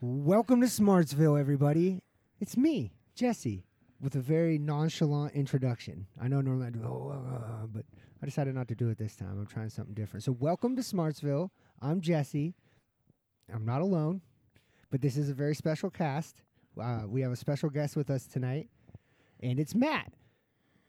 Welcome to Smartsville, everybody. It's me, Jesse, with a very nonchalant introduction. I know normally I do, oh, uh, uh, but I decided not to do it this time. I'm trying something different. So, welcome to Smartsville. I'm Jesse. I'm not alone, but this is a very special cast. Uh, we have a special guest with us tonight, and it's Matt.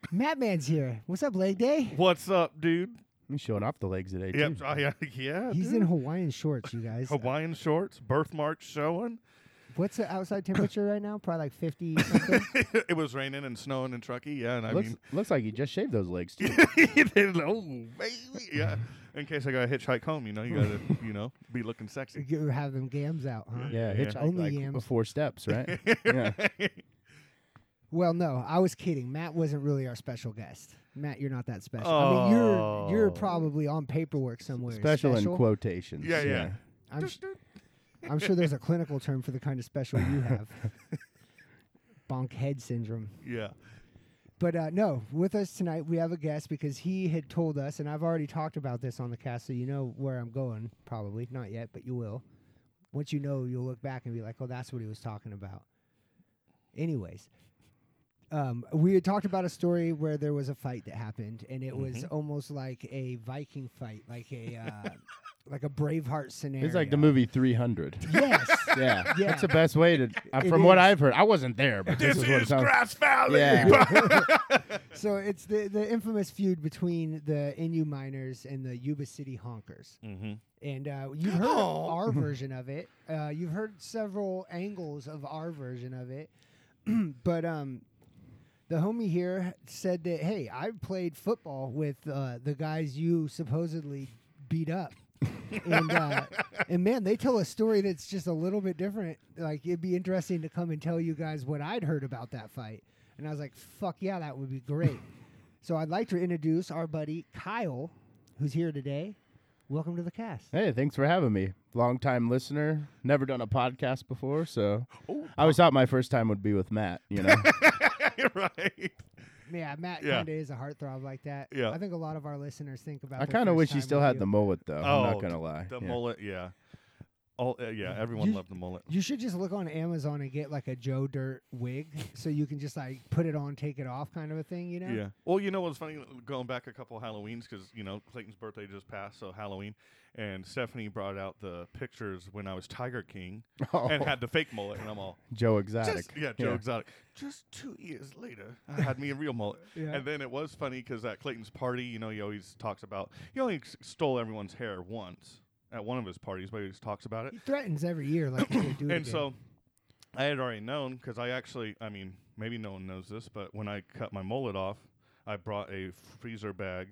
Matt Man's here. What's up, Leg Day? What's up, dude? You showing off the legs today, Mm. Yep. too. Oh, yeah. yeah He's dude. in Hawaiian shorts, you guys. Hawaiian shorts, birthmark showing. What's the outside temperature right now? Probably like 50 something. it was raining and snowing in Truckee. Yeah, and I looks, mean, looks like you just shaved those legs, too. oh baby, yeah. In case I got to hitchhike home, you know, you gotta, you know, be looking sexy. You have them gams out, huh? yeah, hitchhike Only like yams. four steps, right? yeah. Well, no, I was kidding. Matt wasn't really our special guest. Matt, you're not that special. I mean, you're you're Oh. probably on paperwork somewhere. Special, in quotations. Yeah, yeah. I'm, sh- I'm sure there's a clinical term for the kind of special you have. Bonk head syndrome. Yeah. But uh, no, with us tonight we have a guest because he had told us, and I've already talked about this on the cast, so you know where I'm going. Probably not yet, but you will. Once you know, you'll look back and be like, "Oh, that's what he was talking about." Anyways, um, we had talked about a story where there was a fight that happened, and it was Mm-hmm. almost like a Viking fight, like a uh, like a Braveheart scenario. It's like the movie 300. Yes. yeah. Yeah. That's the best way to, uh, It from what is. I've heard. I wasn't there, but this, This is what is it sounds Grass Valley. Yeah. So it's the, the infamous feud between the Innu miners and the Yuba City honkers. Mhm. And uh, you've heard Oh. our version of it. Uh, you've heard several angles of our version of it. but um, the homie here said that, hey, I played football with uh, the guys you supposedly beat up. and uh, and man, they tell a story that's just a little bit different. Like it'd be interesting to come and tell you guys what I'd heard about that fight. And I was like, fuck yeah, that would be great. so I'd like to introduce our buddy Kyle, who's here today. Welcome to the cast. Hey, thanks for having me. Long time listener. Never done a podcast before, so I always thought my first time would be with Matt, you know? right. Yeah, Matt Yeah. kind of is a heartthrob like that. Yeah. I think a lot of our listeners think about. I their kind of first wish he time still with had you. the mullet, though. oh, I'm not going d- to lie. The Yeah. mullet. Yeah. All. Uh, yeah. Everyone You- loved the mullet. You should just look on Amazon and get like a Joe Dirt wig, so you can just like put it on, take it off, kind of a thing. You know. Yeah. Well, you know what's funny? Going back a couple Halloweens, because you know Clayton's birthday just passed, so Halloween, and Stephanie brought out the pictures when I was Tiger King Oh, and had the fake mullet, and I'm all, Joe Exotic. just, yeah, Joe Exotic. Just two years later, I had me a real mullet, Yeah. and then it was funny because at Clayton's party, you know, he always talks about he only s- stole everyone's hair once at one of his parties, but he always talks about it He threatens every year, like he's gonna do it and again. so I had already known because I actually, I mean, maybe no one knows this, but when I cut my mullet off, I brought a freezer bag,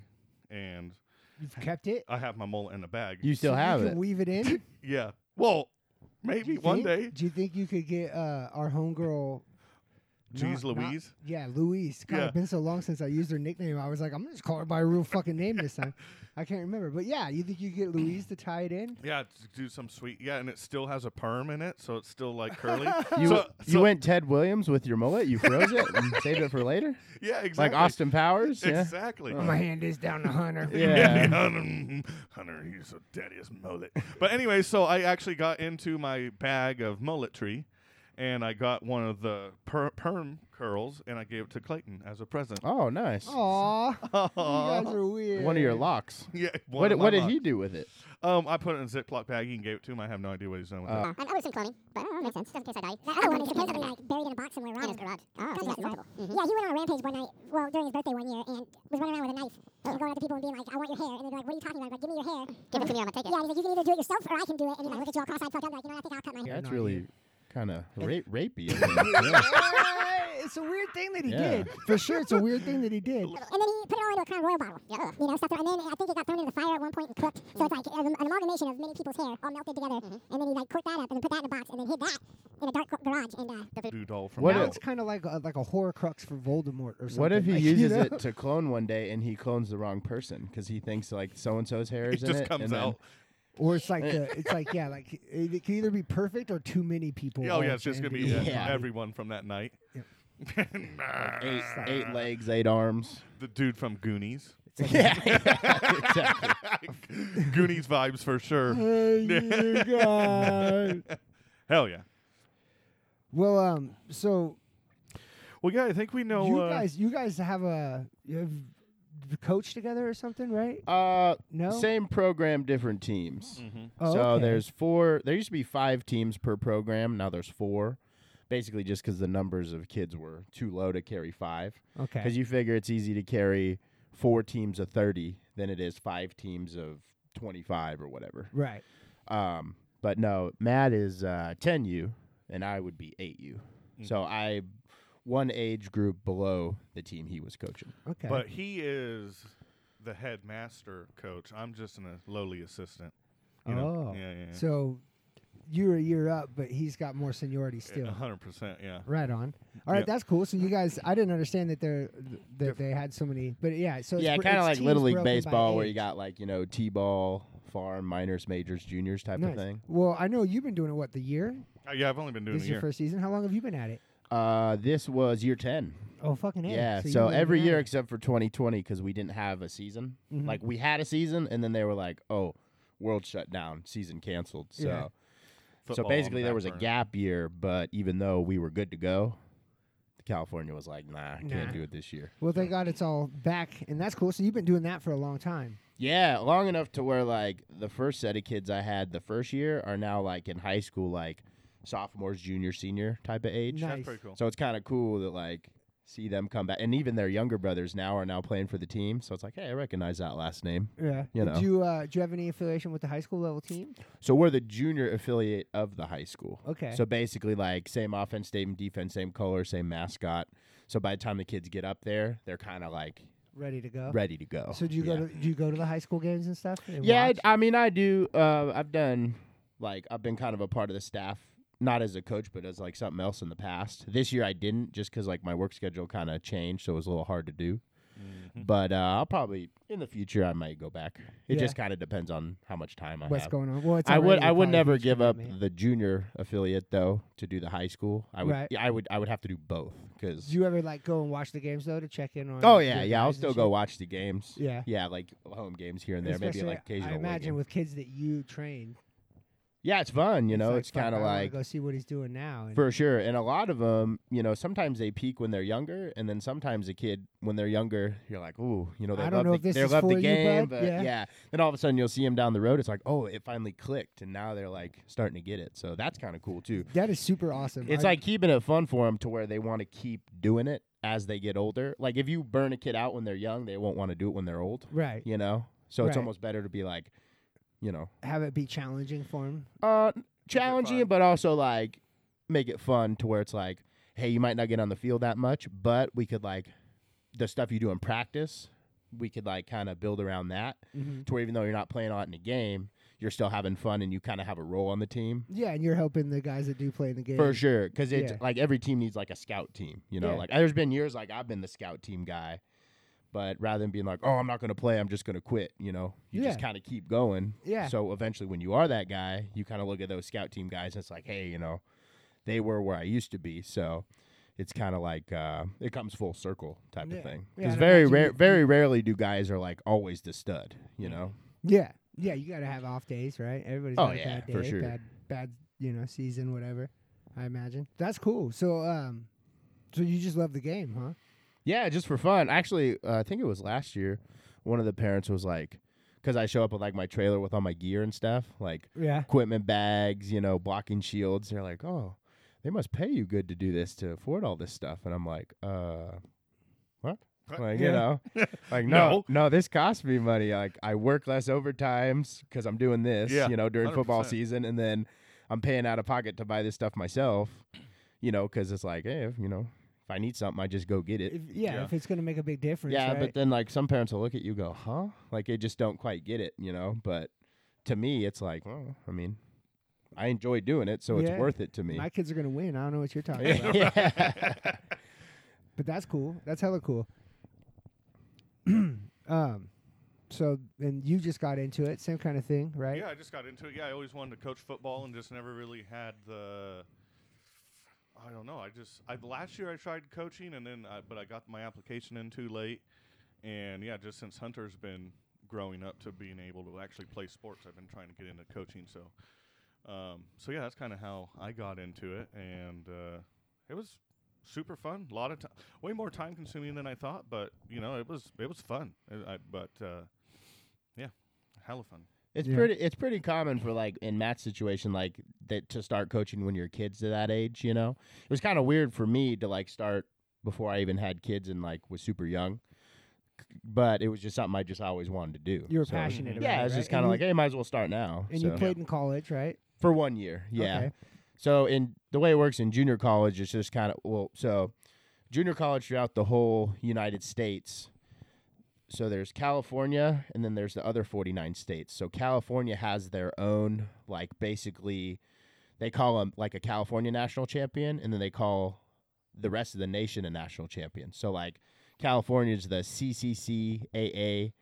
and you've kept it. I have my mullet in a bag. You still So have you it. Can weave it in. yeah. Well, maybe You one think- day. Do you think you could get uh, our homegirl? Jeez not- not- Louise. yeah, Louise. God, Yeah. it's been so long since I used her nickname. I was like, I'm gonna just call her by her real fucking name this time. I can't remember, but yeah, you think you could get Louise to tie it in? Yeah, t- do some sweet. Yeah, and it still has a perm in it, so it's still like curly. You, so, you so- went Ted Williams with your mullet. You froze it and saved it for later, Yeah, like exactly. Austin Powers. Yeah, Oh Exactly. I'm gonna hand this down to Hunter. yeah. Hunter, Hunter, he's the daddiest mullet. But anyway, so I actually got into my bag of mullet tree, and I got one of the per- perm curls, and I gave it to Clayton as a present. Oh, nice. Aw, you guys are weird. One of your locks. Yeah. What, one did- of my what did lot. he do with it? Um, I put it in a Ziploc bag and gave it to him. I have no idea what he's done with Uh, it. Um, I would assume cloning, but I don't know, makes sense. Just in case I die. That other one is supposedly like buried in a box somewhere, rotting. In his garage. Oh, so Yeah, he went on a rampage one night, well, during his birthday one year, and was running around with a knife and going up to people and being like, I want your hair. And they're like, what are you talking about? I'm like, give me your hair. Give it to me, I'm going to take it. Yeah, he's like, you can either do it yourself or I can do it. And he's like, look at you all cross-eyed, fucked up, like, you know, what, I think I'll cut my hair. That's not really you. kind of ra- rapey. I think. Yeah. it's a weird thing that he Yeah. did. For sure, it's a weird thing that he did. And then he put it all into a Crown Royal bottle. Yeah. Mm-hmm. You know, stuff. And then I think it got thrown into the fire at one point and cooked. So it's like um, an an amalgamation of many people's hair all melted together. And then he like corked that up and then put that in a box and then hid that in a dark co- garage. And uh, Dude, all from What now if- hell. it's kind of like a, like a horcrux for Voldemort or something. What if he like, uses you know? it to clone one day and he clones the wrong person because he thinks like so and so's hair It is in just it, comes and then- out. Or it's like the, it's like yeah, like it, it can either be perfect or too many people. oh all yeah, it's just gonna jammed be in Yeah. uh, one body. everyone from that night. eight, eight legs, eight arms. The dude from Goonies. yeah, exactly. Goonies vibes for sure. Hey, you guys. Hell yeah. Well, um, so Well, yeah, I think we know. you uh, guys, you guys have a you have coached together or something, right? Uh, No. same program, different teams. Mhm. Oh, so okay. there's four. There used to be five teams per program. Now there's four. Basically, just because the numbers of kids were too low to carry five. okay. Because you figure it's easy to carry four teams of thirty than it is five teams of twenty-five or whatever. right. Um, but no, Matt is uh, 10U, and I would be 8U. Mm. So I one age group below the team he was coaching. Okay. But he is the headmaster coach. I'm just an, a lowly assistant. you know? Oh. Yeah, yeah, yeah. so you're a year up, but he's got more seniority Yeah, still. 100%. Yeah. Right on. All right, Yeah. that's cool. So you guys, I didn't understand that they're that they had so many, but yeah. So it's yeah, br- kind of it's like Little teams League broken by Baseball, where you age. got like, you know, T ball, farm, minors, majors, juniors type nice. of thing. Well, I know you've been doing it. What the year? Uh, yeah, I've only been doing this a is year. your first season. How long have you been at it? Uh, this was year 10. Oh, fucking Yeah, A. so, you've really every been at year it. except for 2020, because we didn't have a season. Mhm. Like, we had a season, and then they were like, oh, world shut down, season canceled. So. Yeah. Football so on basically, there that was a burner. gap year, but even though we were good to go, California was like, "Nah, Nah. can't do it this year." Well, thank God it's all back, and that's cool. So you've been doing that for a long time. Yeah, long enough to where like the first set of kids I had the first year are now like in high school, like sophomores, junior, senior type of age. Nice. That's pretty cool. So it's kind of cool that like see them come back, and even their younger brothers now are now playing for the team. So it's like, hey, I recognize that last name. Yeah. You know. Do you uh, do you have any affiliation with the high school level team? So we're the junior affiliate of the high school. Okay. So basically, like same offense, same defense, same color, same mascot. So by the time the kids get up there, they're kind of like Ready to go. ready to go. Oh. So do you yeah. go to do you go to the high school games and stuff? and yeah, watch? I, I mean, I do. Uh, I've done like I've been kind of a part of the staff, not as a coach, but as like something else in the past. This year I didn't, just because like my work schedule kind of changed, so it was a little hard to do. Mm-hmm. Mm-hmm. But uh, I'll probably in the future I might go back. It Yeah. just kind of depends on how much time I What's have. going on? Well, it's I would already I would probably eh? never huge give up commitment. the junior affiliate though to do the high school. I would Right. yeah, I would I would have to do both Do because you ever like go and watch the games though to check in on? oh yeah your yeah I'll guys and still go shit? watch the games Yeah. yeah like home games here and there maybe Especially, like occasional I away imagine game. with kids that you train. yeah it's fun you know like, it's kind of of like go see what he's doing now. And for sure and a lot of them you know sometimes they peak when they're younger and then sometimes a kid when they're younger you're like ooh you know they I don't love know the, if this they is love for the you, game bud. but Yeah. then all of a sudden you'll see them down the road it's like oh it finally clicked and now they're like starting to get it so that's kind of cool too that is super awesome. It's I- like keeping it fun for them to where they want to keep doing it as they get older. Like if you burn a kid out when they're young, they won't want to do it when they're old. right. You know, so it's Right. almost better to be like, you know, Have it be challenging for him. uh, challenging, fun. but also like make it fun to where it's like, hey, you might not get on the field that much, but we could like the stuff you do in practice, we could like kind of build around that Mhm. to where even though you're not playing on it in a game, you're still having fun and you kind of have a role on the team. Yeah, and you're helping the guys that do play in the game. For sure, because it's Yeah. like every team needs like a scout team. You know, Yeah. like there's been years like I've been the scout team guy, but rather than being like, oh, I'm not going to play, I'm just going to quit. You know, you just Yeah. kind of keep going. Yeah. So eventually, when you are that guy, you kind of look at those scout team guys and it's like, hey, you know, they were where I used to be. So it's kind of like uh, it comes full circle type Yeah. of thing. Yeah, Because I'd very imagine rare, you- very rarely do guys are like always the stud. You know. Yeah, yeah, you got to have off days, right? Everybody's Oh, got a yeah, bad day, for sure. bad, bad, you know, season, whatever. I imagine that's cool. So, um, so you just love the game, huh? Yeah, just for fun. Actually, uh, I think it was last year. One of the parents was like, because I show up with like my trailer with all my gear and stuff, like Yeah. equipment bags, you know, blocking shields. They're like, oh, they must pay you good to do this to afford all this stuff. And I'm like, uh, what? What? Like, Yeah. you know, like, no, No. no, this costs me money. Like, I work less overtimes because I'm doing this, Yeah, you know, during football 100%. season. And then I'm paying out of pocket to buy this stuff myself, you know, because it's like, hey, if, you know, if I need something, I just go get it. If, yeah, Yeah. if it's gonna make a big difference. Yeah, right? but then like some parents will look at you and go, huh? Like they just don't quite get it, you know? But to me, it's like, well, I mean, I enjoy doing it, so Yeah. it's worth it to me. my kids are gonna win. I don't know what you're talking about, yeah. but that's cool. That's hella cool. um, so and you just got into it, same kind of thing, right? Yeah, I just got into it. Yeah, I always wanted to coach football and just never really had the. I don't know. I just I last year I tried coaching and then I, but I got my application in too late, and yeah, just since Hunter's been growing up to being able to actually play sports, I've been trying to get into coaching. So, Um, so yeah, that's kind of how I got into it, and uh, it was super fun. A lot of time, way more time consuming than I thought, but you know, it was it was fun. I, I, but uh, yeah, hella fun. It's Yeah. pretty. It's pretty common for like in Matt's situation, like that to start coaching when your kids to that age. You know, it was kind of weird for me to like start before I even had kids and like was super young, C- but it was just something I just always wanted to do. You were So- passionate about it. Yeah, it's right? just kind of And like, hey, might as well start now. you- And So- you played in college, right? for one year. Yeah. Okay. So in the way it works in junior college, it's just kind of well, so junior college throughout the whole United States. So there's California and then there's the other 49 states. So California has their own like basically they call them like a California national champion and then they call the rest of the nation a national champion. So like California's the CCCAA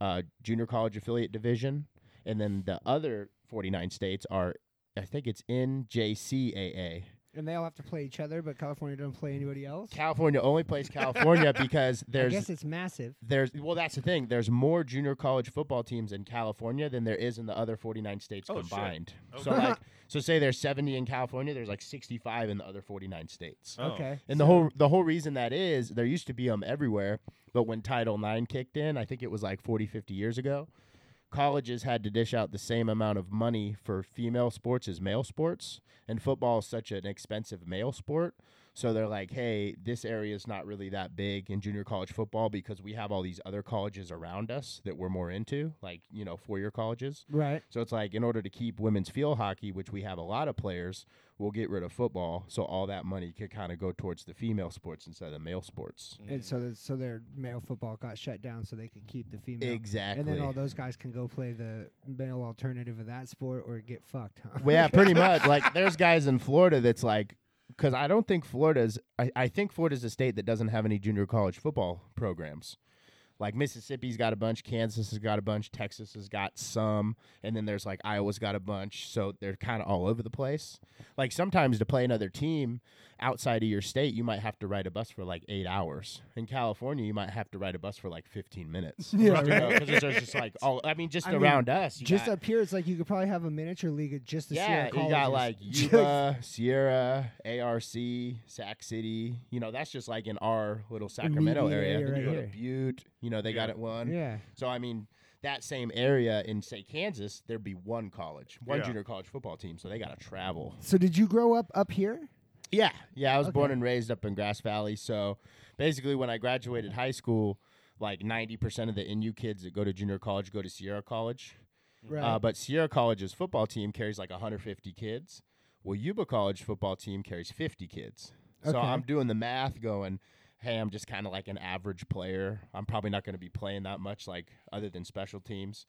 uh, junior college affiliate division and then the other 49 states are I think it's NJCAA. And they all have to play each other, but California doesn't play anybody else. California only plays California because I guess there's it's massive. there's well that's the thing. There's more junior college football teams in California than there is in the other 49 states Oh, shit. combined. So Okay. like so say there's 70 in California, there's like 65 in the other 49 states. Oh. Okay. And the whole the whole reason that is there used to be them everywhere, but when Title IX kicked in, I think it was like 40, 50 years ago, colleges had to dish out the same amount of money for female sports as male sports, and football is such an expensive male sport. So they're like, hey, this area is not really that big in junior college football because we have all these other colleges around us that we're more into, like you know, four year colleges. Right. So it's like in order to keep women's field hockey, which we have a lot of players, we'll get rid of football, so all that money could kind of go towards the female sports instead of the male sports. And so, th- so their male football got shut down, so they could keep the female. Exactly. And then all those guys can go play the male alternative of that sport or get fucked. Huh? Well, yeah, pretty much. Like there's guys in Florida that's like, because I don't think Florida's. I, I think Florida's a state that doesn't have any junior college football programs. Like Mississippi's got a bunch, Kansas has got a bunch, Texas has got some, and then there's like Iowa's got a bunch. So they're kind of all over the place. Like sometimes to play another team outside of your state, you might have to ride a bus for like eight hours. In California, you might have to ride a bus for like 15 minutes. Yeah, Just to right. go- 'cause it's just like all. I mean, just I mean, around us, you just got- up here, it's like you could probably have a miniature league of just the yeah, Sierra you got colleges. like Just- Yuba, Sierra, ARC, Sac City. You know, that's just like in our little Sacramento Media area. area Then you right go to here. Butte. You know, they got Yeah. it one. yeah. So I mean, that same area in say Kansas, there'd be one college, one Yeah. junior college football team. So they got to travel. So did you grow up up here? Yeah, yeah. I was born Okay. and raised up in Grass Valley. So basically, when I graduated high school, like ninety percent of the NU kids that go to junior college go to Sierra College. Right. Uh, but Sierra College's football team carries like 150 kids. Well, Yuba College football team carries 50 kids. So Okay. I'm doing the math going, hey, I'm just kind of like an average player. I'm probably not going to be playing that much, like other than special teams.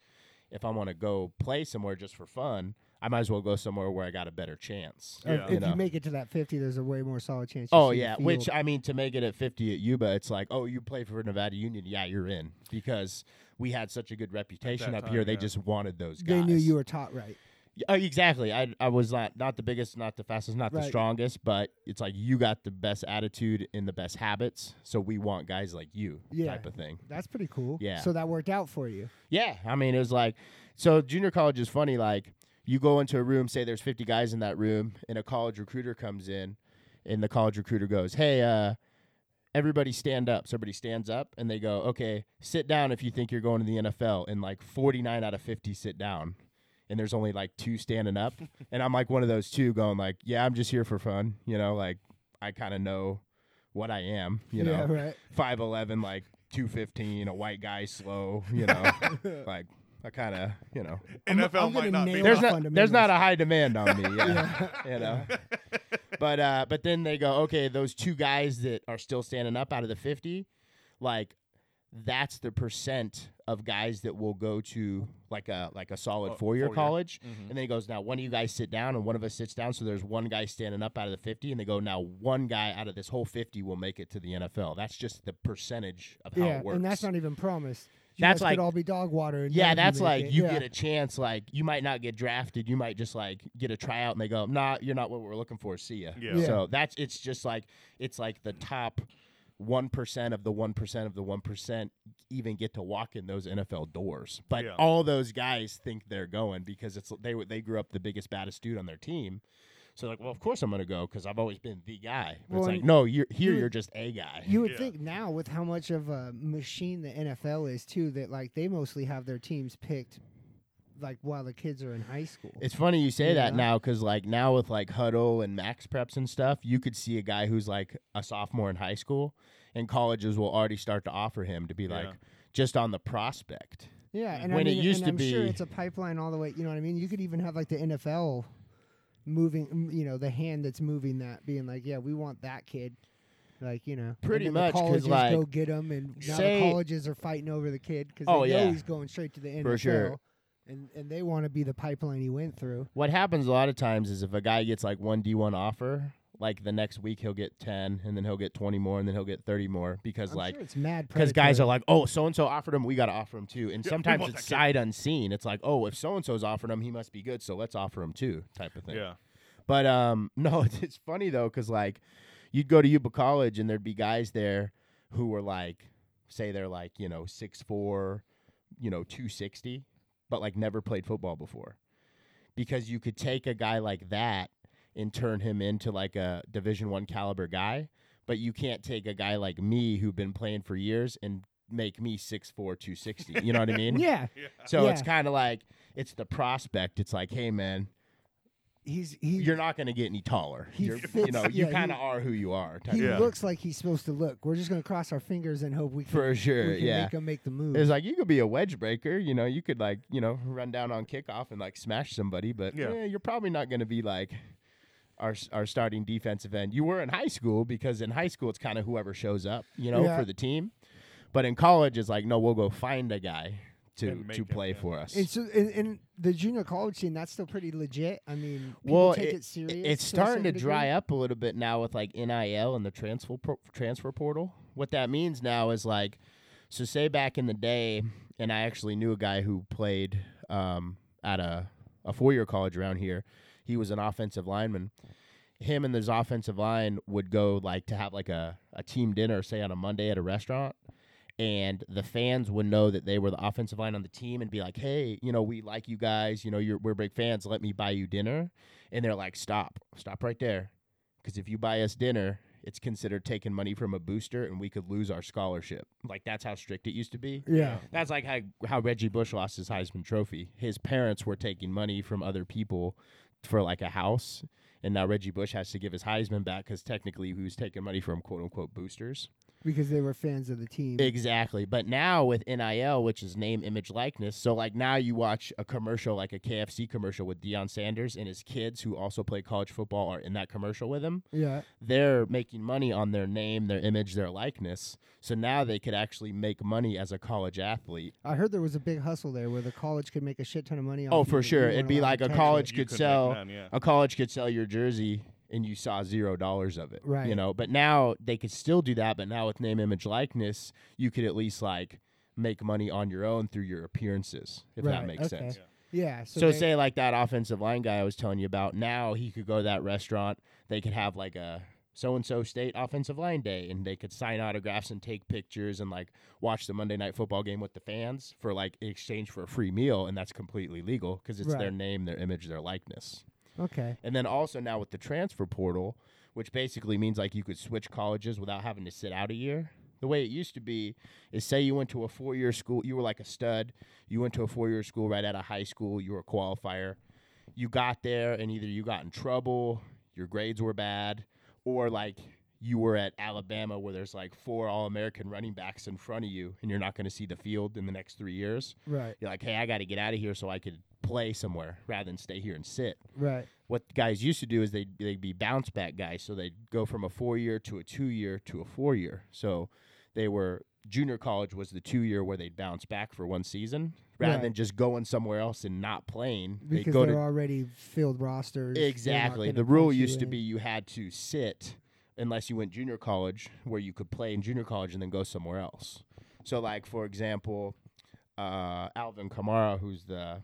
If I want to go play somewhere just for fun, I might as well go somewhere where I got a better chance. Uh, yeah. if you you, know. make it to that fifty, there's a way more solid chance. you Oh see the yeah, which field. I mean to make it at 50 at Yuba, it's like, oh, you play for Nevada Union, yeah, you're in because we had such a good reputation that up time, here. They yeah. just wanted those guys. they knew you were taught right. Yeah, uh, exactly. I I was not not the biggest, not the fastest, not the Right. strongest, but it's like you got the best attitude and the best habits, so we want guys like you Yeah. type of thing. That's pretty cool. Yeah. So that worked out for you. Yeah, I mean it was like so junior college is funny like you go into a room, say there's 50 guys in that room and a college recruiter comes in and the college recruiter goes, "Hey, uh everybody stand up." So everybody stands up and they go, "Okay, sit down if you think you're going to the NFL." And like 49 out of 50 sit down. and there's only like two standing up and i'm like one of those two going like yeah i'm just here for fun you know like i kind of know what i am you yeah. know Right. 511 like 215 a white guy slow you know like i kind of you know NFL I'm gonna might not be. nail there's Well, not there's fundamentals. not a high demand on me yeah, you know but uh but then they go okay those two guys that are still standing up out of the 50 like that's the percent of guys that will go to like a like a solid Oh, four year four-year. Mm-hmm. college and then he goes now one of you guys sit down and one of us sits down so there's one guy standing up out of the 50 and they go now one guy out of this whole 50 will make it to the NFL that's just the percentage of how yeah. it works And that's not even promised. You That's guys could like- all be dog water. And none yeah, of that's make like it. you Yeah. get a chance. Like you might not get drafted. You might just like get a tryout, and they go, "Nah, you're not what we're looking for. See ya." Yeah. Yeah. So that's it's just like it's like the top one percent of the one percent of the one percent even get to walk in those NFL doors. Like Yeah. all those guys think they're going because it's they were- they grew up the biggest baddest dude on their team. So like, well, of course I'm gonna go because I've always been the guy. But Well, it's like, and no, you're here. you would- You're just a guy. You would Yeah. think now, with how much of a machine the NFL is, too, that like they mostly have their teams picked like while the kids are in high school. It's funny you say that Yeah. now because like now with like huddle and max preps and stuff, you could see a guy who's like a sophomore in high school, and colleges will already start to offer him to be Yeah. like just on the prospect. yeah, and When I it mean, used and to I'm sure be- it's a pipeline all the way. You know what I mean? You could even have like the NFL moving, mm, you know, the hand that's moving that, being like, yeah, we want that kid. Like you know, Pretty and then much, the 'cause, colleges like, go get him, and now say- the colleges are fighting over the kid because Oh, they know yeah. he's going straight to the NFL, For sure. and and they want to be the pipeline he went through. What happens a lot of times is if a guy gets like one D one offer, like the next week he'll get ten, and then he'll get twenty more, and then he'll get thirty more because I'm like sure it's mad because guys predatory. are like, oh, so and so offered him, we got to offer him too. And we sometimes want it's that kid. sight unseen. It's like, oh, if so and so's offered him, he must be good, so let's offer him too, type of thing. Yeah. But um, no, it's, it's funny though, because like you'd go to Yuba College and there'd be guys there who were like, say they're like, you know, six four, you know, two sixty, but like never played football before. Because you could take a guy like that and turn him into like a division one caliber guy, but you can't take a guy like me who've been playing for years and make me six four, two sixty. You know what I mean? yeah, So it's Yeah. kind of like it's the prospect. It's like, hey man, he's he. you're not going to get any taller. He You're, you fits- know, you yeah, he- kind of are who you are. type he Yeah. looks like he's supposed to look. We're just gonna cross our fingers and hope we of- can, for sure, we can yeah. make him make the move. It's like you could be a wedge breaker. You know, you could like you know run down on kickoff and like smash somebody, but Yeah. yeah, you're probably not going to be like our s- our starting defensive end. You were in high school because in high school it's kind of whoever shows up, you know, Yeah. for the team. But in college, it's like no, we'll go find a guy to And make to him, play yeah. for us. and so in, in the junior college scene, that's still pretty legit. I mean, people well, take it- it, it- serious. it's starting to dry up a little bit now with like NIL and the transfer pro- transfer portal. What that means now is like, so say back in the day, and I actually knew a guy who played um, at a a four year college around here. He was an offensive lineman. Him and his offensive line would go like to have like a, a team dinner, say on a Monday at a restaurant, and the fans would know that they were the offensive line on the team and be like, "Hey, you know, we like you guys. You know, you're, we're big fans. Let me buy you dinner." And they're like, "Stop, stop right there, because if you buy us dinner, it's considered taking money from a booster, and we could lose our scholarship." Like that's how strict it used to be. Yeah. That's like how, how Reggie Bush lost his Heisman Trophy. His parents were taking money from other people for like a house, and now Reggie Bush has to give his Heisman back because technically he was taking money from quote unquote boosters. because they were fans of the team. Exactly. But now with NIL, which is name, image, likeness, so like now you watch a commercial, like a KFC commercial with Deion Sanders and his kids who also play college football are in that commercial with him. yeah, They're making money on their name, their image, their likeness. So now they could actually make money as a college athlete. I heard there was a big hustle there where the college could make a shit ton of money. Off Oh, you, for but you sure. weren't It'd be allowed like to a touch it. college You could could make sell none, yeah. a college could sell your jersey and you saw zero dollars of it. You Right. know, but now they could still do that, but now with name, image, likeness, you could at least like make money on your own through your appearances, if that Right, makes okay. sense. Yeah. So, So, they- say like that offensive line guy I was telling you about, now he could go to that restaurant, they could have like a so and so state offensive line day and they could sign autographs and take pictures and like watch the Monday night football game with the fans for like in exchange for a free meal and that's completely legal because it's their Right. name, their image, their likeness. okay. And then also now with the transfer portal, which basically means like you could switch colleges without having to sit out a year. The way it used to be is say you went to a four year school, you were like a stud, you went to a four year school right out of high school, you were a qualifier. You got there and either you got in trouble, your grades were bad, or like you were at Alabama where there's like four All American running backs in front of you and you're not going to see the field in the next three years. Right. You're like, hey, I got to get out of here so I could play somewhere rather than stay here and sit Right. what guys used to do is they'd, they'd be bounce back guys. So they'd go from a four year to a two year to a four year. So they were junior college was the two year where they'd bounce back for one season rather Right. than just going somewhere else and not playing. they'd Because go they're to already filled rosters. they're not exactly. gonna The rule punch you used to in. be you had to sit unless you went junior college where you could play in junior college and then go somewhere else. So like for example, uh, Alvin Kamara, who's the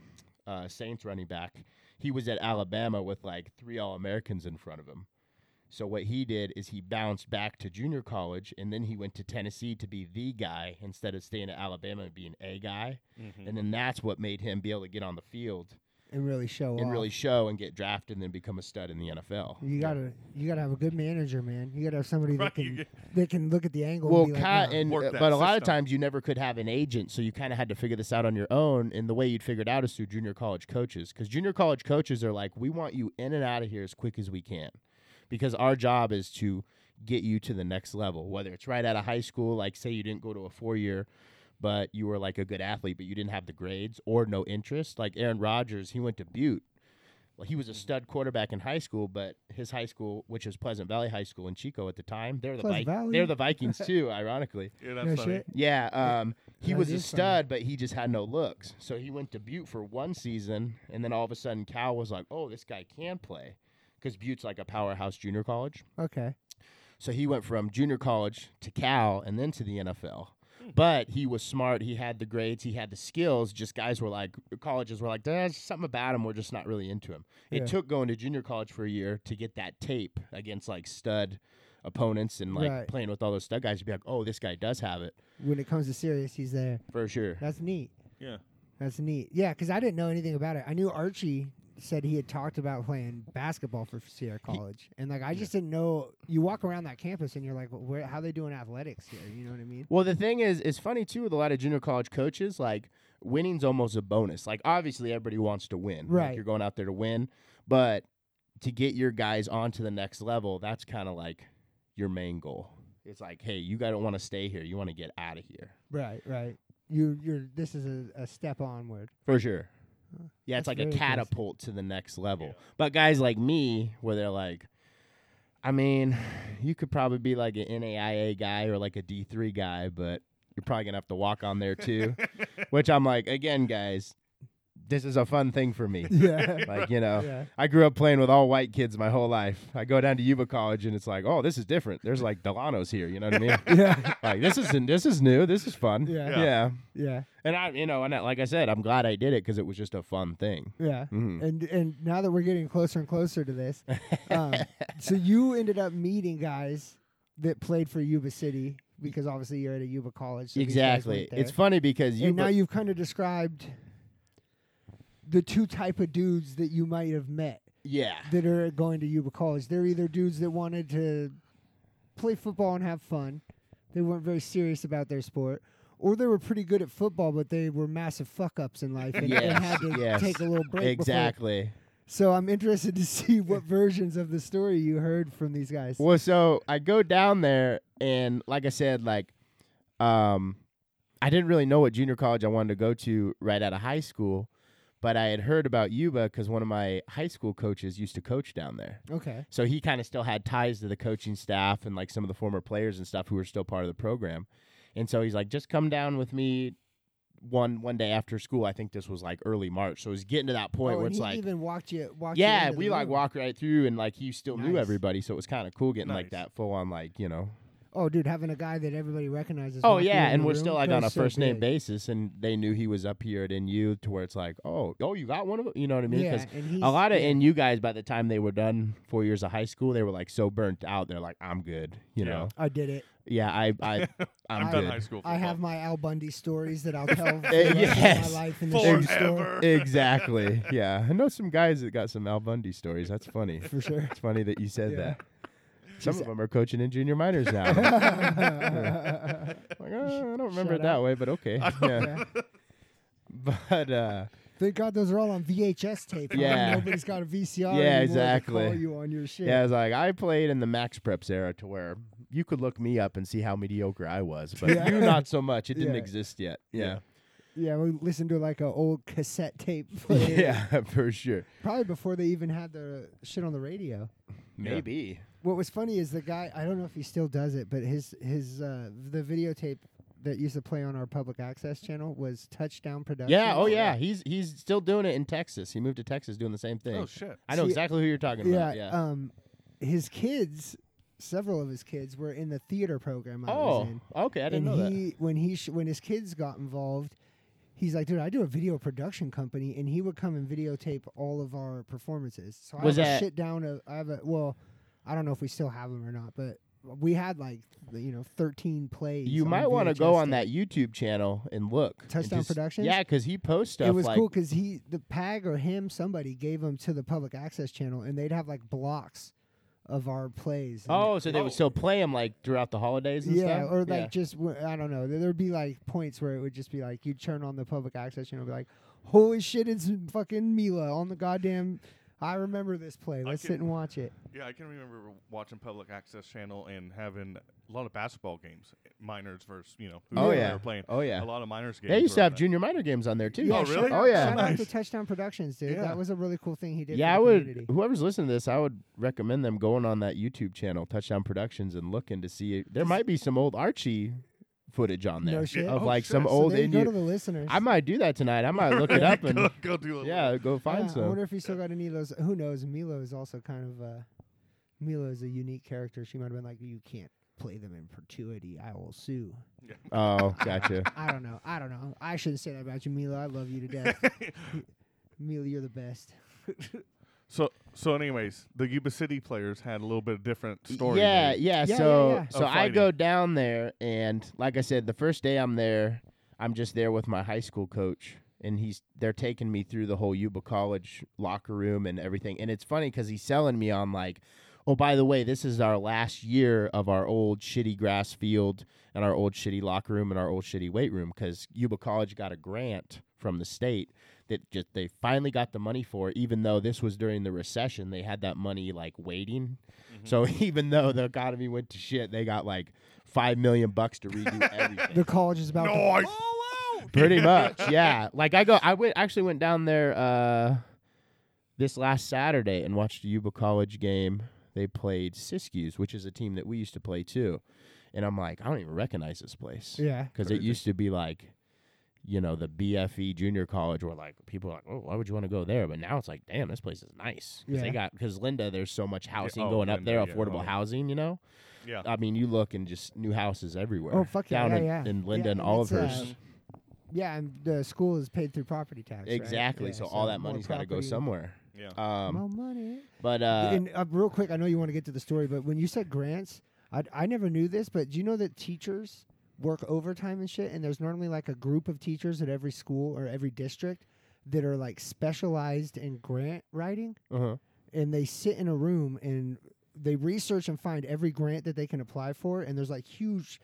uh, Saints running back, he was at Alabama with like three All Americans in front of him. So what he did is he bounced back to junior college, and then he went to Tennessee to be the guy instead of staying at Alabama and being a guy. Mm-hmm. And Mm-hmm. then that's what made him be able to get on the field and really show and off. really show and get drafted and then become a stud in the NFL. you gotta you gotta have a good manager, man. You gotta have somebody Right, that you can get- that can look at the angle. Well, and be like, ki- "Nah." and Work uh, that but a lot of system. times you never could have an agent, so you kind of had to figure this out on your own. And the way you'd figure it out is through junior college coaches, because junior college coaches are like, we want you in and out of here as quick as we can, because our job is to get you to the next level. Whether it's right out of high school, like say you didn't go to a four year, but you were like a good athlete, but you didn't have the grades or no interest. Like Aaron Rodgers, he went to Butte. Well, he was a Mm-hmm. stud quarterback in high school, but his high school, which is Pleasant Valley High School in Chico at the time, they're the Pleasant Vi- Valley. they're the Vikings too, ironically. Yeah, that's no funny. shit. Yeah, um, he That was a is funny. stud, but he just had no looks. So he went to Butte for one season, and then all of a sudden, Cal was like, "Oh, this guy can play," because Butte's like a powerhouse junior college. Okay. So he went from junior college to Cal, and then to the NFL. Hmm. But he was smart. He had the grades. He had the skills. Just guys were like, colleges were like, there's something about him. We're just not really into him. Yeah. It took going to junior college for a year to get that tape against like stud opponents and like Right. playing with all those stud guys to be like, oh, this guy does have it When it comes to serious, he's there. for sure. That's neat. Yeah. That's neat. Yeah, because I didn't know anything about it. I knew Archie said he had talked about playing basketball for Sierra College, and like I just didn't know. You walk around that campus and you're like, well, where, "How they doing athletics here?" You know what I mean? Well, the thing is, it's funny too with a lot of junior college coaches. Like winning's almost a bonus. Like obviously everybody wants to win. Like, Right. you're going out there to win, but to get your guys onto the next level, that's kind of like your main goal. It's like, hey, you guys don't want to stay here. You want to get out of here Right, right. You, you're. This is a, a step onward. for sure. Yeah, That's it's like a very interesting. catapult to the next level. But guys like me, where they're like, I mean, you could probably be like an NAIA guy or like a D3 guy, but you're probably going to have to walk on there too. Which I'm like, again, guys, this is a fun thing for me. Yeah, like, you know, yeah. I grew up playing with all white kids my whole life. I go down to Yuba College and it's like, oh, this is different. There's like Delano's here. You know what I mean? Yeah, like, this is, this is new. This is fun. Yeah. Yeah. yeah. yeah, And I, you know, and I, like I said, I'm glad I did it because it was just a fun thing. yeah. Mhm. And and now that we're getting closer and closer to this, um, so you ended up meeting guys that played for Yuba City because obviously you're at a Yuba college. so these guys Exactly. went It's there. funny because you and now you've kind of described the two type of dudes that you might have met yeah. that are going to Yuba College. They're either dudes that wanted to play football and have fun. They weren't very serious about their sport. Or they were pretty good at football, but they were massive fuck ups in life and, and Yes, had to yes. take a little break. Before. Exactly. So I'm interested to see what versions of the story you heard from these guys. Well, so I go down there and like I said, like um I didn't really know what junior college I wanted to go to right out of high school, but I had heard about Yuba cuz one of my high school coaches used to coach down there. Okay. So he kind of still had ties to the coaching staff and like some of the former players and stuff who were still part of the program. And so he's like, just come down with me one one day after school. I think this was like early March. So he's getting to that point oh, where and it's he like even walked you. Walked you Yeah, into the we like room. walked right through and like you still knew Nice. everybody, so it was kinda cool getting like Nice. that full on like, you know. Oh, dude, having a guy that everybody recognizes. Oh walk you yeah, in and the we're room, still like that's on a so first name big. basis and they knew he was up here at NU to where it's like, Oh, oh you got one of them you know what I mean? 'Cause Yeah, and he's, a lot of yeah. NU guys by the time they were done four years of high school, they were like so burnt out. They're like, I'm good, you Yeah. know. I did it. Yeah, I, I, I'm I'm done high good. school. I have football. my Al Bundy stories that I'll tell for the rest yes. of my life in the shoe store forever. exactly. Yeah, I know some guys that got some Al Bundy stories. That's funny. for sure. It's funny that you said Yeah. that. Some of them are coaching in junior minors now. like, "Oh, I don't remember it Shout that out. way, but okay. Yeah. But uh, Thank God those are all on VHS tape. huh? Yeah. nobody's got a VCR. Yeah, anymore to exactly. Call you on your shit. yeah, it's like I played in the max preps era to where you could look me up and see how mediocre I was, but Yeah. you not so much. It didn't Yeah. exist yet. Yeah. yeah. We listen to like an old cassette tape, yeah, player, yeah for sure. probably before they even had the shit on the radio. Maybe. What was funny is the guy. I don't know if he still does it, but his his uh, the videotape that used to play on our public access channel was Touchdown Productions. Yeah. Oh, yeah. He's he's still doing it in Texas. He moved to Texas doing the same thing. Oh shit. I know See, exactly who you're talking yeah. about. Yeah. Um, his kids, several of his kids, were in the theater program I was oh, in. okay. I didn't and know he, When he sh- when his kids got involved, he's like, "Dude, I do a video production company," and he would come and videotape all of our performances. So Was I have that- a shit down of I have a well, I don't know if we still have them or not, but we had like you know 13 plays. You on might want to go VHS on tape. that YouTube channel and look. and Touchdown just- Productions? Yeah, because he posts stuff It was like cool because he, the PAG or him, somebody gave them to the public access channel, and they'd have like blocks of our plays. and- Oh, so they would still play him like throughout the holidays and yeah, stuff? or like just w- I don't know. There would be like points where it would just be like you'd turn on the public access channel, and be like, "Holy shit, it's fucking Mila on the goddamn." I remember this play. Let's can- sit and watch it. Yeah, I can remember watching Public Access Channel and having a lot of basketball games, minors versus you know who Oh, they yeah. were playing. Oh, yeah. a lot of minors games. They used were to on have that. junior minor games on there too. Yeah, Oh, really? shout Oh out- yeah. Shout out to Nice. Touchdown Productions, dude. Yeah. That was a really cool thing he did. Yeah, for I the would. community. Whoever's listening to this, I would recommend them going on that YouTube channel, Touchdown Productions, and looking to see. It. There might be some old Archie footage on No there shit. of Oh, like shit. some So So old there you go to Indian. the listeners. I might do that tonight. I might look it up and go, go do a yeah, go Yeah, find I some. wonder if he still got any of those. Who knows? Milo is also kind of uh, Milo is a unique character. She might have been like, "You can't play them in perpetuity. I will sue." Oh, gotcha. I don't know. I don't know. I shouldn't say that about you, Milo. I love you to death. little. Mila, you're the best. so so, anyways, the Yuba City players had a little bit of different story. Yeah, there. yeah. Yeah, So yeah, yeah. so Of I fighting. go down there and like I said, the first day I'm there, I'm just there with my high school coach and he's they're taking me through the whole Yuba College locker room and everything. And it's funny cuz he's selling me on like Oh, by the way, this is our last year of our old shitty grass field and our old shitty locker room and our old shitty weight room because Yuba College got a grant from the state that just they finally got the money for, even though this was during the recession. They had that money like waiting so even though the economy went to shit, they got like five million bucks to redo everything. The college is about. Nice. Pretty much, yeah. Like I go, I went actually went down there uh, this last Saturday and watched a Yuba College game. They played Siskiyous, which is a team that we used to play too. And I'm like, I don't even recognize this place The, yeah. because it Crazy. used to be like, you know, the BFE junior college where like people are like, oh, why would you want to go there? But now it's like, damn, this place is nice. 'Cause Yeah. they got because Linda, there's so much housing oh, going up Linda, there, yeah, affordable oh. housing, you know. Yeah. I mean, you look and just new houses everywhere. Oh, fuck yeah, down yeah, in, yeah. in Linda Yeah, and and it's, uh, Oliver's. Yeah, and the school is paid through property tax. right? exactly. Yeah, so, all that more money's got to go property- somewhere. yeah. Um, More money. but uh, and uh, real quick, I know you want to get to the story, but when you said grants, I I never knew this, but do you know that teachers work overtime and shit? And there's normally like a group of teachers at every school or every district that are like specialized in grant writing, uh-huh. and they sit in a room and they research and find every grant that they can apply for, and there's like huge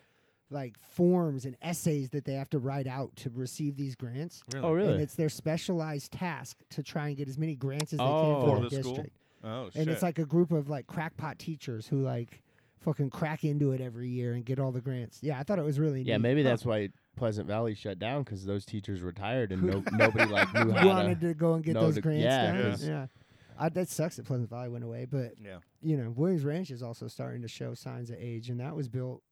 like forms and essays that they have to write out to receive these grants. oh really? And it's their specialized task to try and get as many grants as they Oh. can for, For the the school? district Oh shit. and it's like a group of like crackpot teachers who like fucking crack into it every year and get all the grants. Yeah, I thought it was really yeah, neat. maybe that's why Pleasant Valley shut down because those teachers retired and no, nobody like knew how to. wanted to go and get no those to- grants. yeah, down. 'cause- yeah. I, that sucks that Pleasant Valley went away, but yeah. you know Williams Ranch is also starting to show signs of age, and that was built.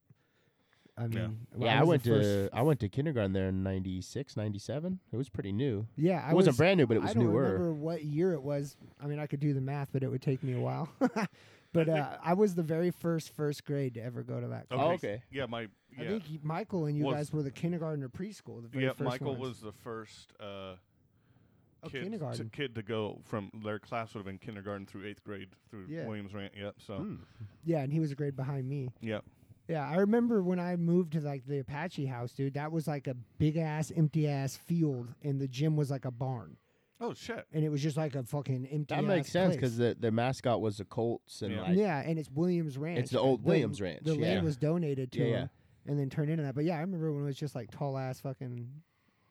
I mean, Yeah. when Yeah, I, was the went to first- I went to kindergarten there in 96, 97. It was pretty new. Yeah, I it wasn't was, brand new, but it I was don't newer. remember what year it was. I mean, I could do the math, but it would take me a while. but uh, I was the very first first grade to ever go to that. Oh, okay. Yeah, my I yeah. think y- Michael and you Was- guys were the kindergarten or preschool. The very Yeah, first Michael ones. was the first uh, Oh, kid, to, kindergarten. kid to go from their class would have been kindergarten through eighth grade through Yeah. Williams Rant. Yep. So Hmm. Yeah, and he was a grade behind me. yep. Yeah, I remember when I moved to like the Apache house, dude. That was like a big ass, empty ass field, and the gym was like a barn, Oh shit. and it was just like a fucking empty. That makes ass sense place. because the, the mascot was the Colts and Yeah. like yeah, and it's Williams Ranch. the old Williams Ranch, The yeah. land was donated to Yeah, him, yeah. and then turned into that. But yeah, I remember when it was just like tall ass fucking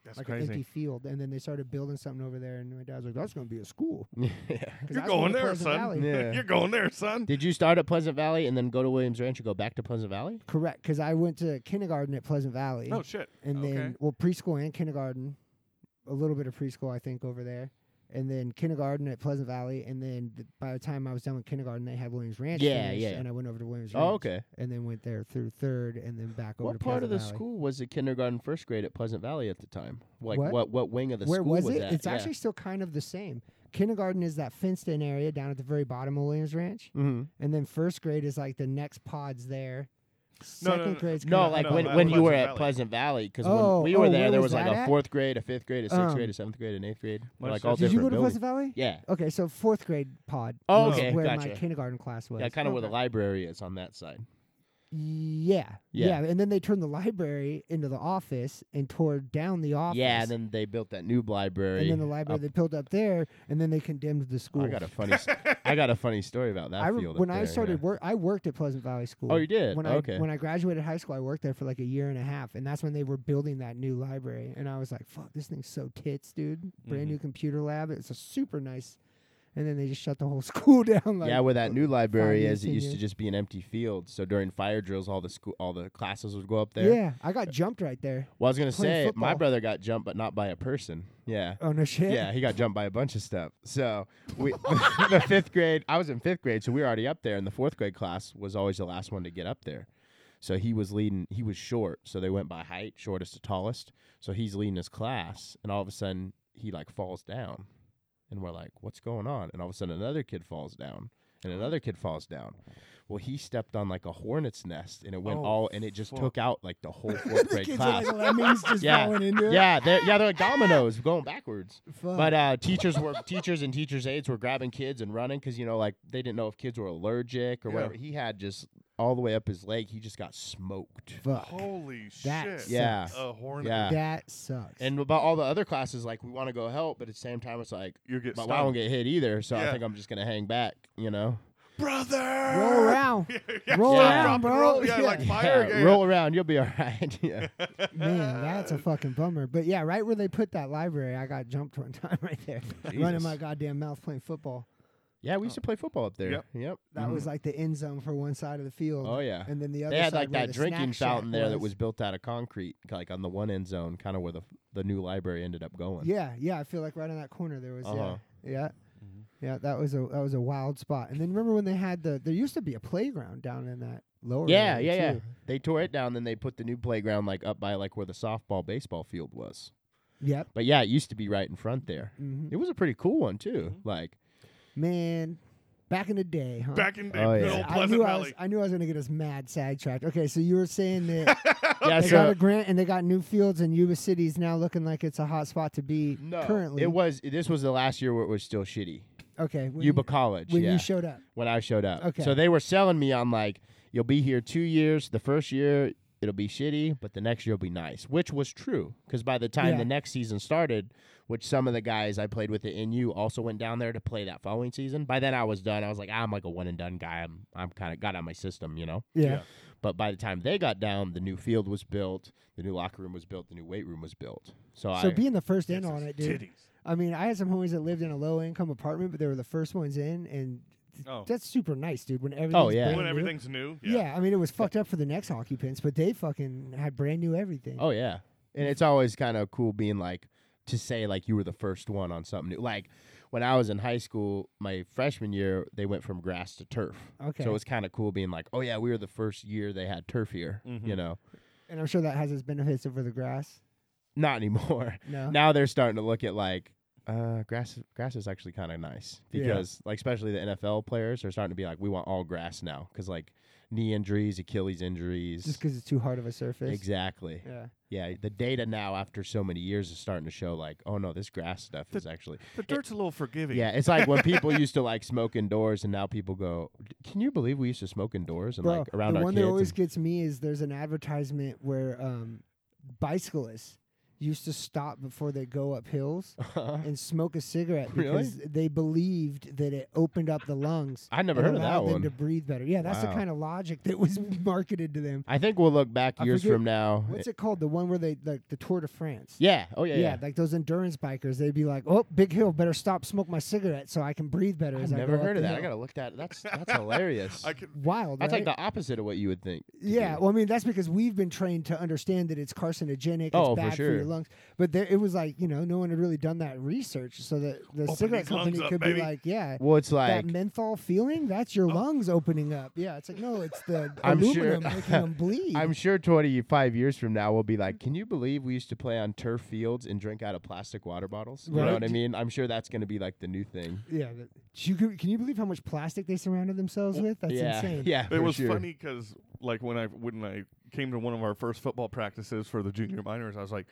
That's like an crazy. empty field, and then they started building something over there, and my dad's like, "That's gonna be a school." yeah. 'Cause You're that's where going the there, Pleasant son. Valley- Yeah. You're going there, son. Did you start at Pleasant Valley and then go to Williams Ranch and go back to Pleasant Valley? Correct, because I went to kindergarten at Pleasant Valley. Oh shit. and okay. then well preschool and kindergarten a little bit of preschool i think over there and then kindergarten at pleasant valley and then th- by the time i was done with kindergarten they had williams ranch Yeah, finished, yeah. and i went over to williams ranch Oh, okay. and then went there through third and then back over What to part of the Pleasant Valley. school was the kindergarten first grade at Pleasant Valley at the time? Like What? what what, wing of the where school was was, it that? it's Yeah. actually still kind of the same kindergarten is that fenced in area down at the very bottom of williams ranch Mhm. and then first grade is like the next pods there No, no, Second no. grade's No, kinda like no, when, at when you were Pleasant at Valley. Pleasant Valley, because Oh, when we oh, were where there, there was was like that a at? fourth grade, a fifth grade, a sixth Um, grade, a seventh grade, an eighth grade, Let's like just- all Did you go different to buildings. Pleasant Valley? Yeah, Okay, so fourth grade pod Oh, was okay, where my gotcha. kindergarten class was. yeah, kind of where the Okay. library is on that side. Yeah, yeah, Yeah. and then they turned the library into the office and tore down the office. Yeah, and then they built that new library. and then the library up- they built up there, and then they condemned the school. I got a funny, s- I got a funny story about that I re- field. up when I there, started yeah. work, I worked at Pleasant Valley School. Oh, you did? When I Okay. when I graduated high school, I worked there for like a year and a half, and that's when they were building that new library. And I was like, "Fuck, this thing's so tits, dude! Brand Mm-hmm. Mhm. new computer lab. It's a super nice." And then they just shut the whole school down. Like, uh, yeah, where that new library years, is, it 10 used to years. just be an empty field. So during fire drills, all the school, all the classes would go up there. Yeah, I got jumped right there. Well, I was gonna Playing say my football. brother got jumped, but not by a person. Yeah. Oh no shit. Yeah, he got jumped by a bunch of stuff. So we, the fifth grade, I was in fifth grade, so we were already up there, and the fourth grade class was always the last one to get up there. So he was leading. He was short, so they went by height, shortest to tallest. So he's leading his class, and all of a sudden he like falls down, and we're like, "What's going on?" And all of a sudden another kid falls down, and another kid falls down. Well, he stepped on like a hornet's nest, and it went Oh, all, and it just fuck. took out like the whole fourth grade Kids class. are like lemmings just Yeah. falling into it. yeah, they're, yeah, they're like dominoes going backwards. Fuck. But uh, teachers were teachers and teachers aides were grabbing kids and running because you know like they didn't know if kids were allergic or Yeah. whatever. He had just all the way up his leg. He just got smoked. Fuck. Holy That shit. sucks. Yeah. A hornet. Yeah. That sucks. And about all the other classes, like we want to go help, but at the same time, it's like, You get but stung. I won't get hit either. So Yeah. I think I'm just gonna hang back. You know, Brother. roll around. yeah, Roll yeah. around, Drop and bro. roll. Yeah, Oh, Yeah. like fire Yeah, game. roll around, you'll be all right. yeah, Man, that's a fucking bummer. But yeah, right where they put that library, I got jumped one time right there, running Jesus. my goddamn mouth playing football. yeah, we used to play football up there. Yep. Yep, mm-hmm. That was like the end zone for one side of the field. Oh, yeah. and then the other They had side like where that the drinking snack shack fountain there that was built out of concrete, like on the one end zone, kind of where the the new library ended up going. Yeah, yeah. I feel like right on that corner there was. Uh-huh. Yeah, yeah, Mm-hmm. yeah. That was a that was a wild spot. And then remember when they had the there used to be a playground down in that lower. Yeah, area yeah, yeah. too. They tore it down, then they put the new playground like up by like where the softball baseball field was. Yep. But yeah, it used to be right in front there. Mhm. It was a pretty cool one too. Mm-hmm. Like Man, back in the day, huh? Back in the Oh, good yeah. old I Pleasant knew I, was, Valley. I knew I was gonna get us mad sidetracked. Okay, so you were saying that yeah, they so got a grant and they got new fields and Yuba City's now looking like it's a hot spot to be no, currently. it was this was the last year where it was still shitty. okay. When Yuba you, College, when yeah, you showed up. when I showed up. Okay. So they were selling me on like you'll be here 2 years, the first year it'll be shitty, but the next year will be nice, which was true cuz by the time Yeah. the next season started, which some of the guys I played with at NU also went down there to play that following season. By then I was done. I was like, "Ah, I'm like a one and done guy. I'm I'm kind of got out my system, you know. Yeah. Yeah. But by the time they got down, the new field was built, the new locker room was built, the new weight room was built. So, I So being the first in Yes, on it's it, dude. Titties. I mean, I had some homies that lived in a low income apartment, but they were the first ones in, and th- Oh. that's super nice, dude. When everything's Oh, yeah. brand When new. everything's new. Yeah. I mean, it was fucked up for the next occupants, but they fucking had brand new everything. Oh yeah, and it's always kind of cool being like to say like you were the first one on something new. Like when I was in high school, my freshman year, they went from grass to turf. Okay. So it was kind of cool being like, oh yeah, we were the first year they had turf here. You know, And I'm sure that has its benefits over the grass. not anymore. No. Now they're starting to look at like. Uh, grass grass is actually kind of nice Yeah. because like especially the NFL players are starting to be like we want all grass now because like knee injuries, Achilles injuries, Just because it's too hard of a surface. exactly. Yeah. Yeah, the data now after so many years is starting to show like, oh no, this grass stuff is actually. The dirt's a little forgiving. Yeah, it's like when people used to like smoke indoors, and now people go, "D- "Can you believe we used to smoke indoors and Bro, like around the our one kids?" that always and- gets me is there's an advertisement where um, bicyclists used to stop before they go up hills and smoke a cigarette Really? because they believed that it opened up the lungs. I never and heard of that allowed them one. To breathe better. Yeah, that's the Wow. kind of logic that was marketed to them. I think we'll look back I years forget- from now. What's it called? The one where they like the Tour de France. Yeah. Oh yeah. Yeah, Yeah. like those endurance bikers, they'd be like, "Oh, big hill, better stop, smoke my cigarette, so I can breathe better." I've as I never go up heard of the that. I hill." gotta look that. That's that's hilarious. I can, Wild. That's right? like the opposite of what you would think. to Yeah, do. well, I mean that's because we've been trained to understand that it's carcinogenic. It's Oh, for bad your sure. lungs. But there, it was like you know, no one had really done that research, so that the Open cigarette these lungs company up, could baby. Oh. be like, yeah, Well, it's like that menthol feeling, that's your lungs opening up. Yeah, it's like no, it's the I'm sure- aluminum making them bleed. I'm sure 25 years from now, we'll be Mm. like, can you believe we used to play on turf fields and drink out of plastic water bottles? You know what I Right. mean? I'm sure that's going to be like the new thing. yeah, but you can, can you believe how much plastic they surrounded themselves with? That's yeah. insane. Yeah. it for was sure. funny because like when I when I came to one of our first football practices for the junior minors, I was like,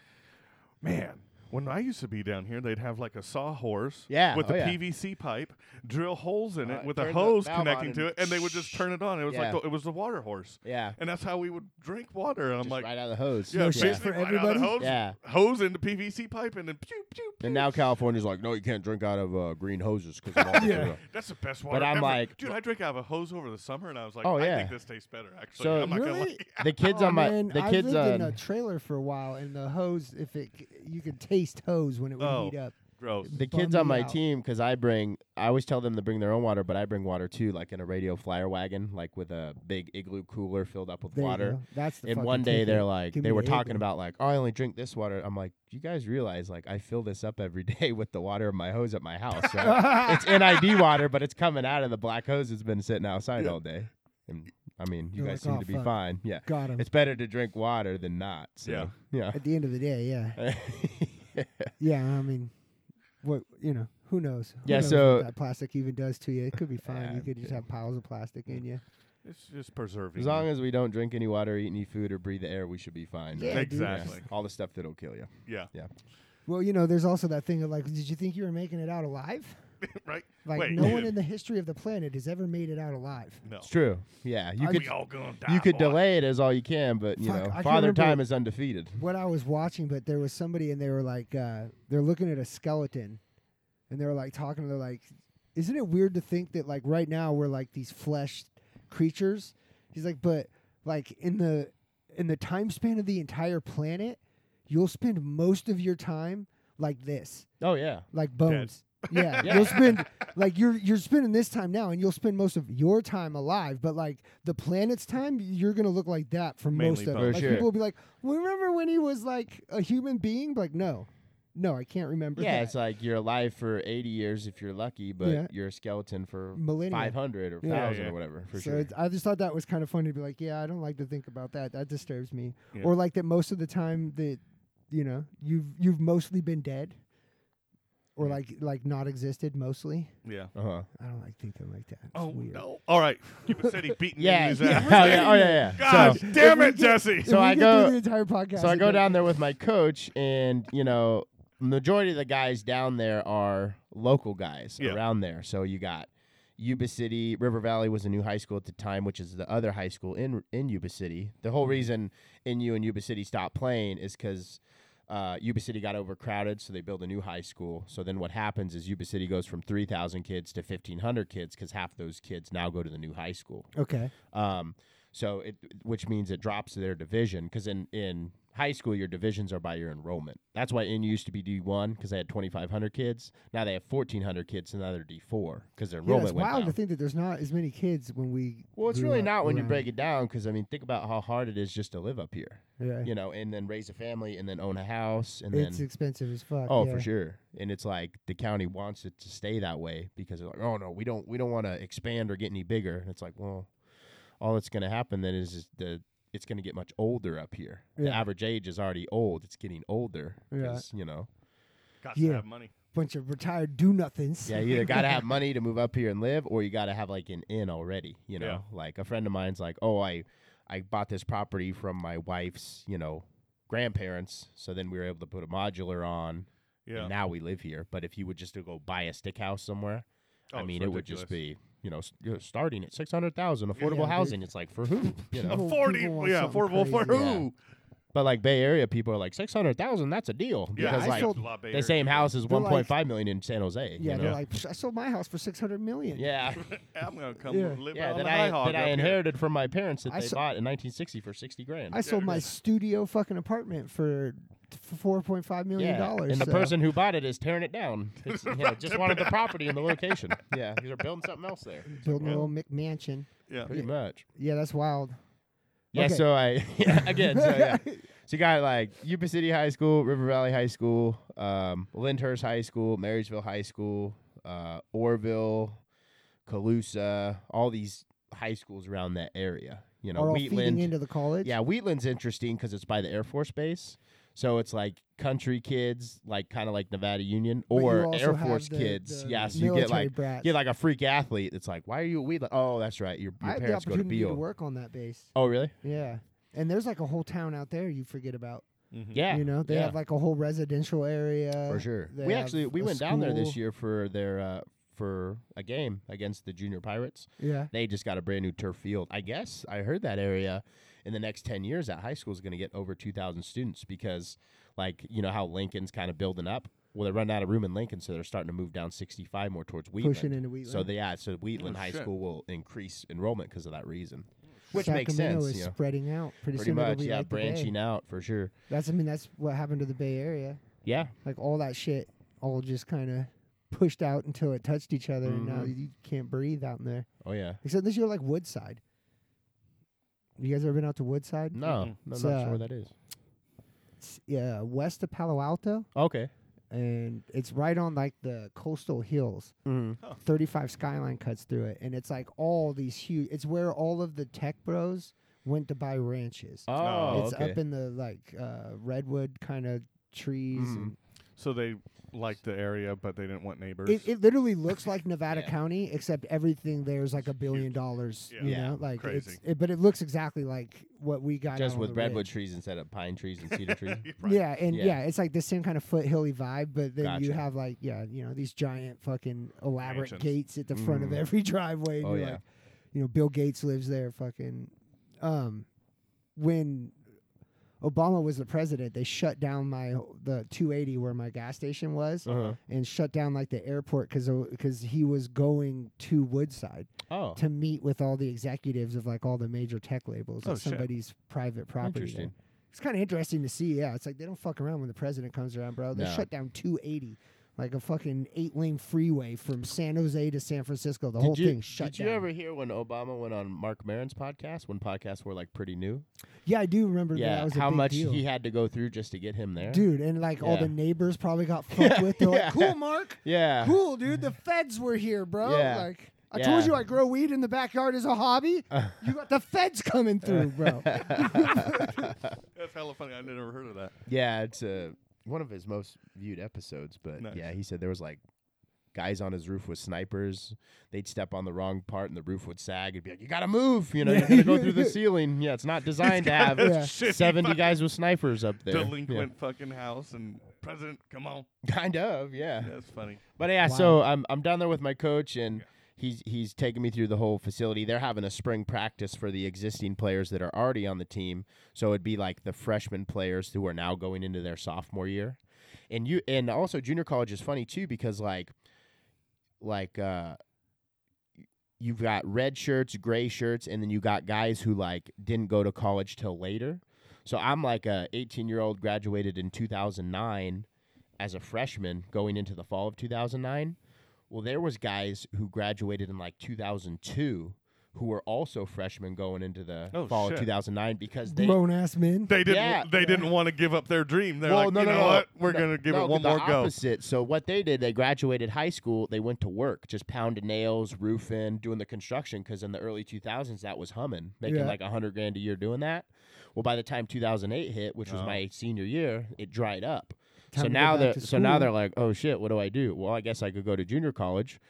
man. When I used to be down here, they'd have like a sawhorse Yeah, with oh a yeah. PVC pipe, drill holes in Uh, it with a turn the hose valve on connecting and to it, and they would just turn it on. It was like Yeah. the, it was the water horse, Yeah. and that's how we would drink water. And I'm Just like, right out of the hose. yeah, shit basically for right out of the everybody? hose, Yeah. hose into PVC pipe, and then pew pew. pew. And now California's like, no, you can't drink out of uh, green hoses because of all the Yeah. That's the best water. I'm ever. like- dude, I drank out of a hose over the summer, and I was like, Oh, I yeah. think this tastes better. Actually, So- I'm not gonna Really? lie. The kids Oh, on my man, the I kids um, lived on in a trailer for a while, and the hose, if it, c- you could taste hose when it would Oh. heat up. Gross. the bummed kids on me my out. team because I bring. I always tell them to bring their own water, but I bring water too, like in a radio flyer wagon, like with a big igloo cooler filled up with There you water. go. That's the And fucking one day ticket. they're like, Give they me were the talking igloo. about like, oh, I only drink this water. I'm like, you guys realize like I fill this up every day with the water of my hose at my house. Right? it's NID water, but it's coming out of the black hose that's been sitting outside all day. And I mean, you You're guys like, seem "Oh, to be fuck." fine. Yeah, got him. it's better to drink water than not. So, Yeah. yeah. At the end of the day, yeah, yeah. I mean, what you know, who knows? Who Yeah, knows so- what that plastic even does to you, it could be fine. Yeah, you could just yeah. Mm. have piles of plastic in you. It's just preserving. As long as we don't drink any water, eat any food, or breathe the air, we should be fine. Yeah, right? dude. Exactly. Oh. All the stuff that'll kill you. yeah. Well, you know, there's also that thing of like, did you think you were making it out alive? right. Like, Wait. no you one did- in the history of the planet has ever made it out alive. no. It's true. Yeah, you I could We all gonna die. you could boy. delay it as all you can, but you Fuck, I know, can't Father remember- Time is undefeated. What I was watching, but there was somebody and they were like, uh, they're looking at a skeleton, and they were like talking. and They're like, isn't it weird to think that like right now we're like these flesh creatures? He's like, but like in the in the time span of the entire planet, you'll spend most of your time like this. Oh yeah, like bones. Yeah, Yeah. you'll spend like you're you're spending this time now, and you'll spend most of your time alive. But like the planet's time, you're gonna look like that for most Mainly of bones. it. For Like sure. people will be like, well, "Remember when he was like a human being?" But like, no, no, I can't remember. yeah. that. It's like you're alive for 80 years if you're lucky, but Yeah. you're a skeleton for Millennia. 500 or Yeah. Yeah, 1,000 yeah. or whatever. For so sure. it's, I just thought that was kind of funny to be like, "Yeah, I don't like to think about that. That disturbs me." Yeah. Or like that most of the time that you know you've you've mostly been dead, or like like not existed mostly. Yeah. Uh huh. I don't like thinking like that. It's Oh weird. no! All right, Cuban said he beating Yeah. his yeah. ass. Oh yeah. Oh yeah. yeah. God So, damn we it, get- Jesse! If So we I get through go- the entire podcast. so I it go does- down there with my coach, and you know, majority of the guys down there are local guys Yeah. around there. So you got Yuba City, River Valley was a new high school at the time, which is the other high school in in Yuba City. The whole reason NU and Yuba City stopped playing is because. Uh, Yuba City got overcrowded, so they build a new high school. So then what happens is Yuba City goes from 3,000 kids to 1,500 kids because half those kids now go to the new high school. Okay. Um, so it, which means it drops their division because in in high school your divisions are by your enrollment. That's why NU used to be D one because they had twenty five hundred kids. Now they have fourteen hundred kids, and now they're D four because their Yeah, enrollment it's went wild to down. think that there's not as many kids when we. Well, it's grew really up not when you around. break it down because I mean think about how hard it is just to live up here, Yeah. you know, and then raise a family and then own a house and it's then. expensive as fuck. Oh, yeah. for sure, and it's like the county wants it to stay that way because they're like, oh no, we don't, we don't want to expand or get any bigger. And it's like, well, all that's going to happen then is, is the it's going to get much older up here. The Yeah. average age is already old; it's getting older. Yeah. 'cause, you know, Got Yeah. to have money. Bunch of retired do nothings. yeah, you either got to have money to move up here and live, or you got to have like an inn already. You know, Yeah. like a friend of mine's like, oh, I I bought this property from my wife's, you know, grandparents. So then we were able to put a modular on. Yeah. And now we live here. But if you would just to go buy a stick house somewhere, Oh, I it's mean, it would just ridiculous. be you know s- you're starting at six hundred thousand affordable dude. housing. It's like for who you know. People- Forty, people want yeah, something affordable for crazy. Yeah. who? But like Bay Area people are like six hundred thousand. That's a deal Yeah, because I like sold- La Bay the Area. same house is They're one like- point five million in San Jose. Yeah, they're you know? like, "Psh, I sold my house for six hundred million. yeah, I'm gonna come Yeah. live yeah. on That the I IHOG that up I here. inherited from my parents that I they so- bought in nineteen sixty for sixty grand. I sold my there's- studio fucking apartment for four point five million yeah, dollars. uh, and the so- person who bought it is tearing it down. It's, you know, just wanted the property and the location. Yeah, they're building something else there. building a Yeah. little McMansion. Yeah. Pretty much. Yeah, that's wild. Yeah, Okay. so I yeah, again, so yeah. So you got like Yuba City High School, River Valley High School, um, Lyndhurst High School, Marysville High School, uh, Orville, Calusa, all these high schools around that area. You know, Are all feeding Wheatland. into the college. yeah, Wheatland's interesting because it's by the Air Force Base. So it's like country kids, like kind of like Nevada Union But you or also Air have Force the- kids. the yeah, so you get military like brats. get like a freak athlete. It's like, why are you a weed? Like, oh, that's right. Your, I your had the parents go to opportunity to Beale. work on that base. Oh, really? Yeah. And there's like a whole town out there you forget about. Yeah. Mm-hmm. you know, they yeah. have like a whole residential area. for sure. they We actually have we a went down there this school. year for their uh, for a game against the Junior Pirates. Yeah. They just got a brand new turf field. I guess I heard that area in the next 10 years that high school is going to get over 2000 students because like you know how Lincoln's kind of building up. Well, they're running out of room in Lincoln, so they're starting to move down 65 more towards Wheatland. Pushing into Wheatland. So they, yeah, so Wheatland High Oh, shit. School will increase enrollment because of that reason, which Sacramento makes sense. is you know. spreading out pretty, Pretty soon. it'll much, be yeah, like the Bay. branching out for sure. That's I mean that's what happened to the Bay Area. Yeah, Like all that shit, all just kind of pushed out until it touched each other, and Mm-hmm. now you can't breathe out in there. oh yeah. Except this year, like Woodside. You guys ever been out to Woodside? No, Mm-mm. no, It's, I'm not uh, sure where that is. It's, yeah, west of Palo Alto, Okay. and it's right on like the coastal hills. Mm-hmm. 35 skyline cuts through it and it's like all these huge it's where all of the tech bros went to buy ranches Oh, it's okay. up in the like uh redwood kind of trees Mhm. and So they liked the area, but they didn't want neighbors. it, it literally looks like nevada Yeah. county except everything there's like a billion huge. dollars Yeah. you Yeah, know like crazy. it's it, but it looks exactly like what we got out just on with the redwood ridge. trees instead of pine trees and cedar trees. You're right. yeah and Yeah. yeah. it's like the same kind of foothilly vibe but then you Gotcha. have like yeah you know these giant fucking elaborate Mansions. gates at the front of Mhm. every driveway and Oh, you're yeah. like you know, Bill Gates lives there. Fucking, um, when Obama was the president, they shut down my the 280 where my gas station was, Uh-huh. and shut down like the airport because because he was going to Woodside Oh, to meet with all the executives of like all the major tech labels Oh, at shit. somebody's private property. there. Interesting. It's kind of interesting to see. Yeah, it's like they don't fuck around when the president comes around, bro. They No. shut down 280. Like a fucking eight lane freeway from San Jose to San Francisco. The whole did you, thing shut did down. you ever hear when Obama went on Mark Maron's podcast when podcasts were like pretty new? Yeah, I do remember that. Yeah, was a how big much deal. he had to go through just to get him there. dude, and like all Yeah. the neighbors probably got fucked with. They're Yeah. like, "Cool, Mark, Yeah. cool, dude. The feds were here, bro. Yeah. Like, I Yeah. Uh. told you I grow weed in the backyard as a hobby. you got the feds coming through, bro. That's hella funny. I never heard of that. Yeah, it's uh, one of his most viewed episodes. But Nice. yeah, he said there was like guys on his roof with snipers. They'd step on the wrong part and the roof would sag. It'd be like, you got to move. You know, you're going to go through the ceiling. Yeah, it's not designed to have Yeah. Shitty 70 fucking guys with snipers up there. Yeah. Delinquent fucking house and president. Come on. Kind of, yeah. That's funny. But yeah, so I'm I'm down there with my coach and he's he's taking me through the whole facility. They're having a spring practice for the existing players that are already on the team. So it'd be like the freshman players who are now going into their sophomore year. And you and also junior college is funny too because like like uh you've got red shirts, gray shirts, and then you got guys who like didn't go to college till later. So I'm like a 18 year old graduated in 2009 as a freshman going into the fall of 2009. Well, there was guys who graduated in like 2002 who were also freshmen going into the Oh, fall shit. of 2009 because they Grown ass men. They didn't. Yeah. They didn't want to give up their dream. They're like, you know what? We're No, gonna give no, it one the more go. opposite. So what they did, they graduated high school, they went to work, just pounding nails, roofing, doing the construction. Because in the early 2000s, that was humming, making Yeah. like a hundred grand a year doing that. Well, by the time 2008 hit, which was Oh. my senior year, it dried up. Time so to go now back they're to so now school. they're like, oh shit, what do I do? Well, I guess I could go to junior college.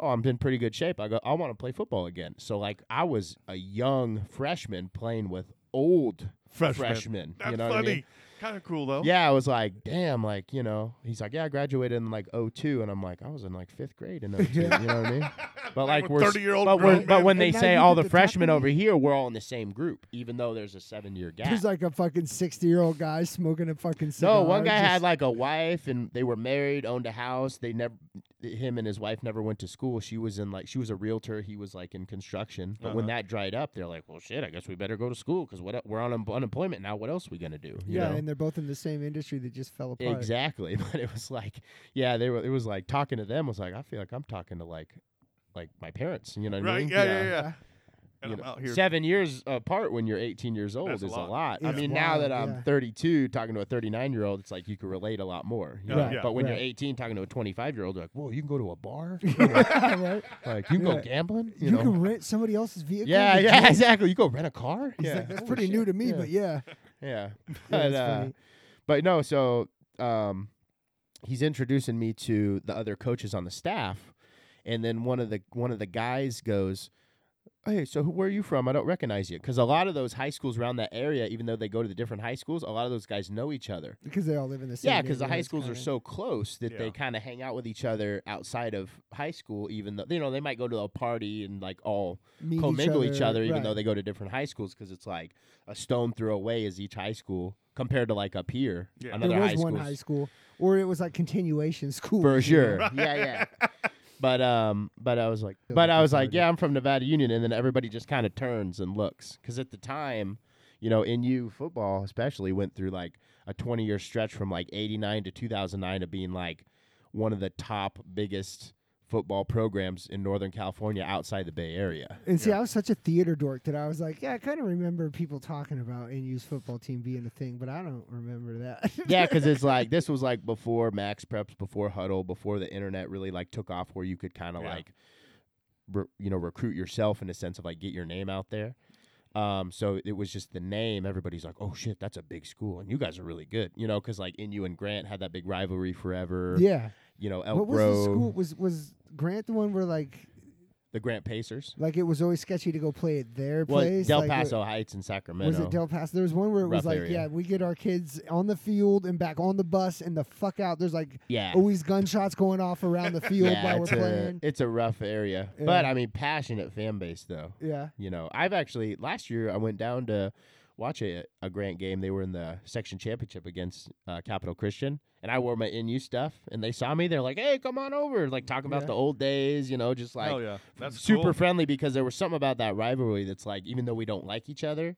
Oh, I'm in pretty good shape. I go, I want to play football again. So like, I was a young freshman playing with old Freshman. freshmen. That's you know funny. what I mean? Kind of cool though. Yeah, I was like, damn, like, you know, he's like, yeah, I graduated in like 02. And I'm like, I was in like fifth grade in 02. you know what I mean? But like, were we're, s- 30-year-old but, we're, grown but men. when they And now say you all get the to talk freshmen to me. over here, we're all in the same group, even though there's a seven year gap. There's like a fucking sixty year old guy smoking a fucking cigar. No, one guy just- had like a wife and they were married, owned a house. They never, him and his wife never went to school. She was in like, she was a realtor. He was like in construction. But when that dried up, they're like, well, shit, I guess we better go to school because what, el- we're on un- unemployment now. What else we going to do? you yeah, know? and they're both in the same industry that just fell apart. Exactly, but it was like, yeah, they were. It was like talking to them was like, I feel like I'm talking to like, like my parents. You know what I Right. mean? Yeah. Yeah. Yeah. And You I'm know, out here. Seven years apart when you're 18 years old That's a is a lot. lot. I It's mean, now that wild, I'm yeah. 32, talking to a 39 year old, it's like you can relate a lot more. you Yeah, know? yeah. But when Right. you're 18, talking to a 25 year old, like, whoa, you can go to a bar, right? like you can go Yeah. gambling, you, You, know? can rent somebody else's vehicle. yeah, to yeah, jail. exactly. You go rent a car. He's yeah, like, that's Holy pretty new shit. to me, Yeah. but yeah. Yeah. Yeah, But, that's uh, funny. But no, so um, he's introducing me to the other coaches on the staff, and then one of the one of the guys goes, "Hey, so who, where are you from? I don't recognize you." Because a lot of those high schools around that area, even though they go to the different high schools, a lot of those guys know each other. because they all live in the same. Yeah, because the high neighborhoods, schools are kinda. so close that Yeah. they kind of hang out with each other outside of high school. Even though you know they might go to a party and like all Meet commingle each other, even though right. they go to different high schools, because it's like a stone throw away is each high school compared to like up here, Yeah. another there was high one school's- high school, or it was like continuation school for sure. yeah, yeah. But um, but I was like, Feel like but I I've was like, heard yeah, I'm from Nevada Union, and then everybody just kind of turns and looks because at the time, you know, NU football especially went through like a 20 year stretch from like '89 to 2009 of being like one of the top biggest football programs in Northern California outside the Bay Area. And see, Yeah. I was such a theater dork that I was like, yeah, I kind of remember people talking about NU's football team being a thing, but I don't remember that. yeah, because it's like this was like before Max Preps, before Huddle, before the internet really like took off, where you could kind of Yeah. like, re- you know, recruit yourself in a sense of like get your name out there. Um, so it was just the name. Everybody's like, "Oh shit, that's a big school, and you guys are really good," you know, because like NU and Grant had that big rivalry forever. yeah. You know, Elk what was Grove, the school? Was was Grant the one where like the Grant Pacers. like it was always sketchy to go play at their Well, place? Del Like, Paso Heights and Sacramento. Was it Del Paso? There was one where it was Rough like, area. yeah, we get our kids on the field and back on the bus and the fuck out. There's like yeah. always gunshots going off around the field yeah, while we're it's a, playing. it's a rough area, but Yeah. I mean, passionate fan base though. yeah. You know, I've actually last year I went down to watch a, a Grant game. They were in the section championship against uh, Capital Christian, and I wore my NU stuff, and they saw me. They're like, "Hey, come on over!" Like talking about Yeah. the old days. You know, just like Hell Oh, yeah, that's super cool. friendly because there was something about that rivalry that's like, even though we don't like each other,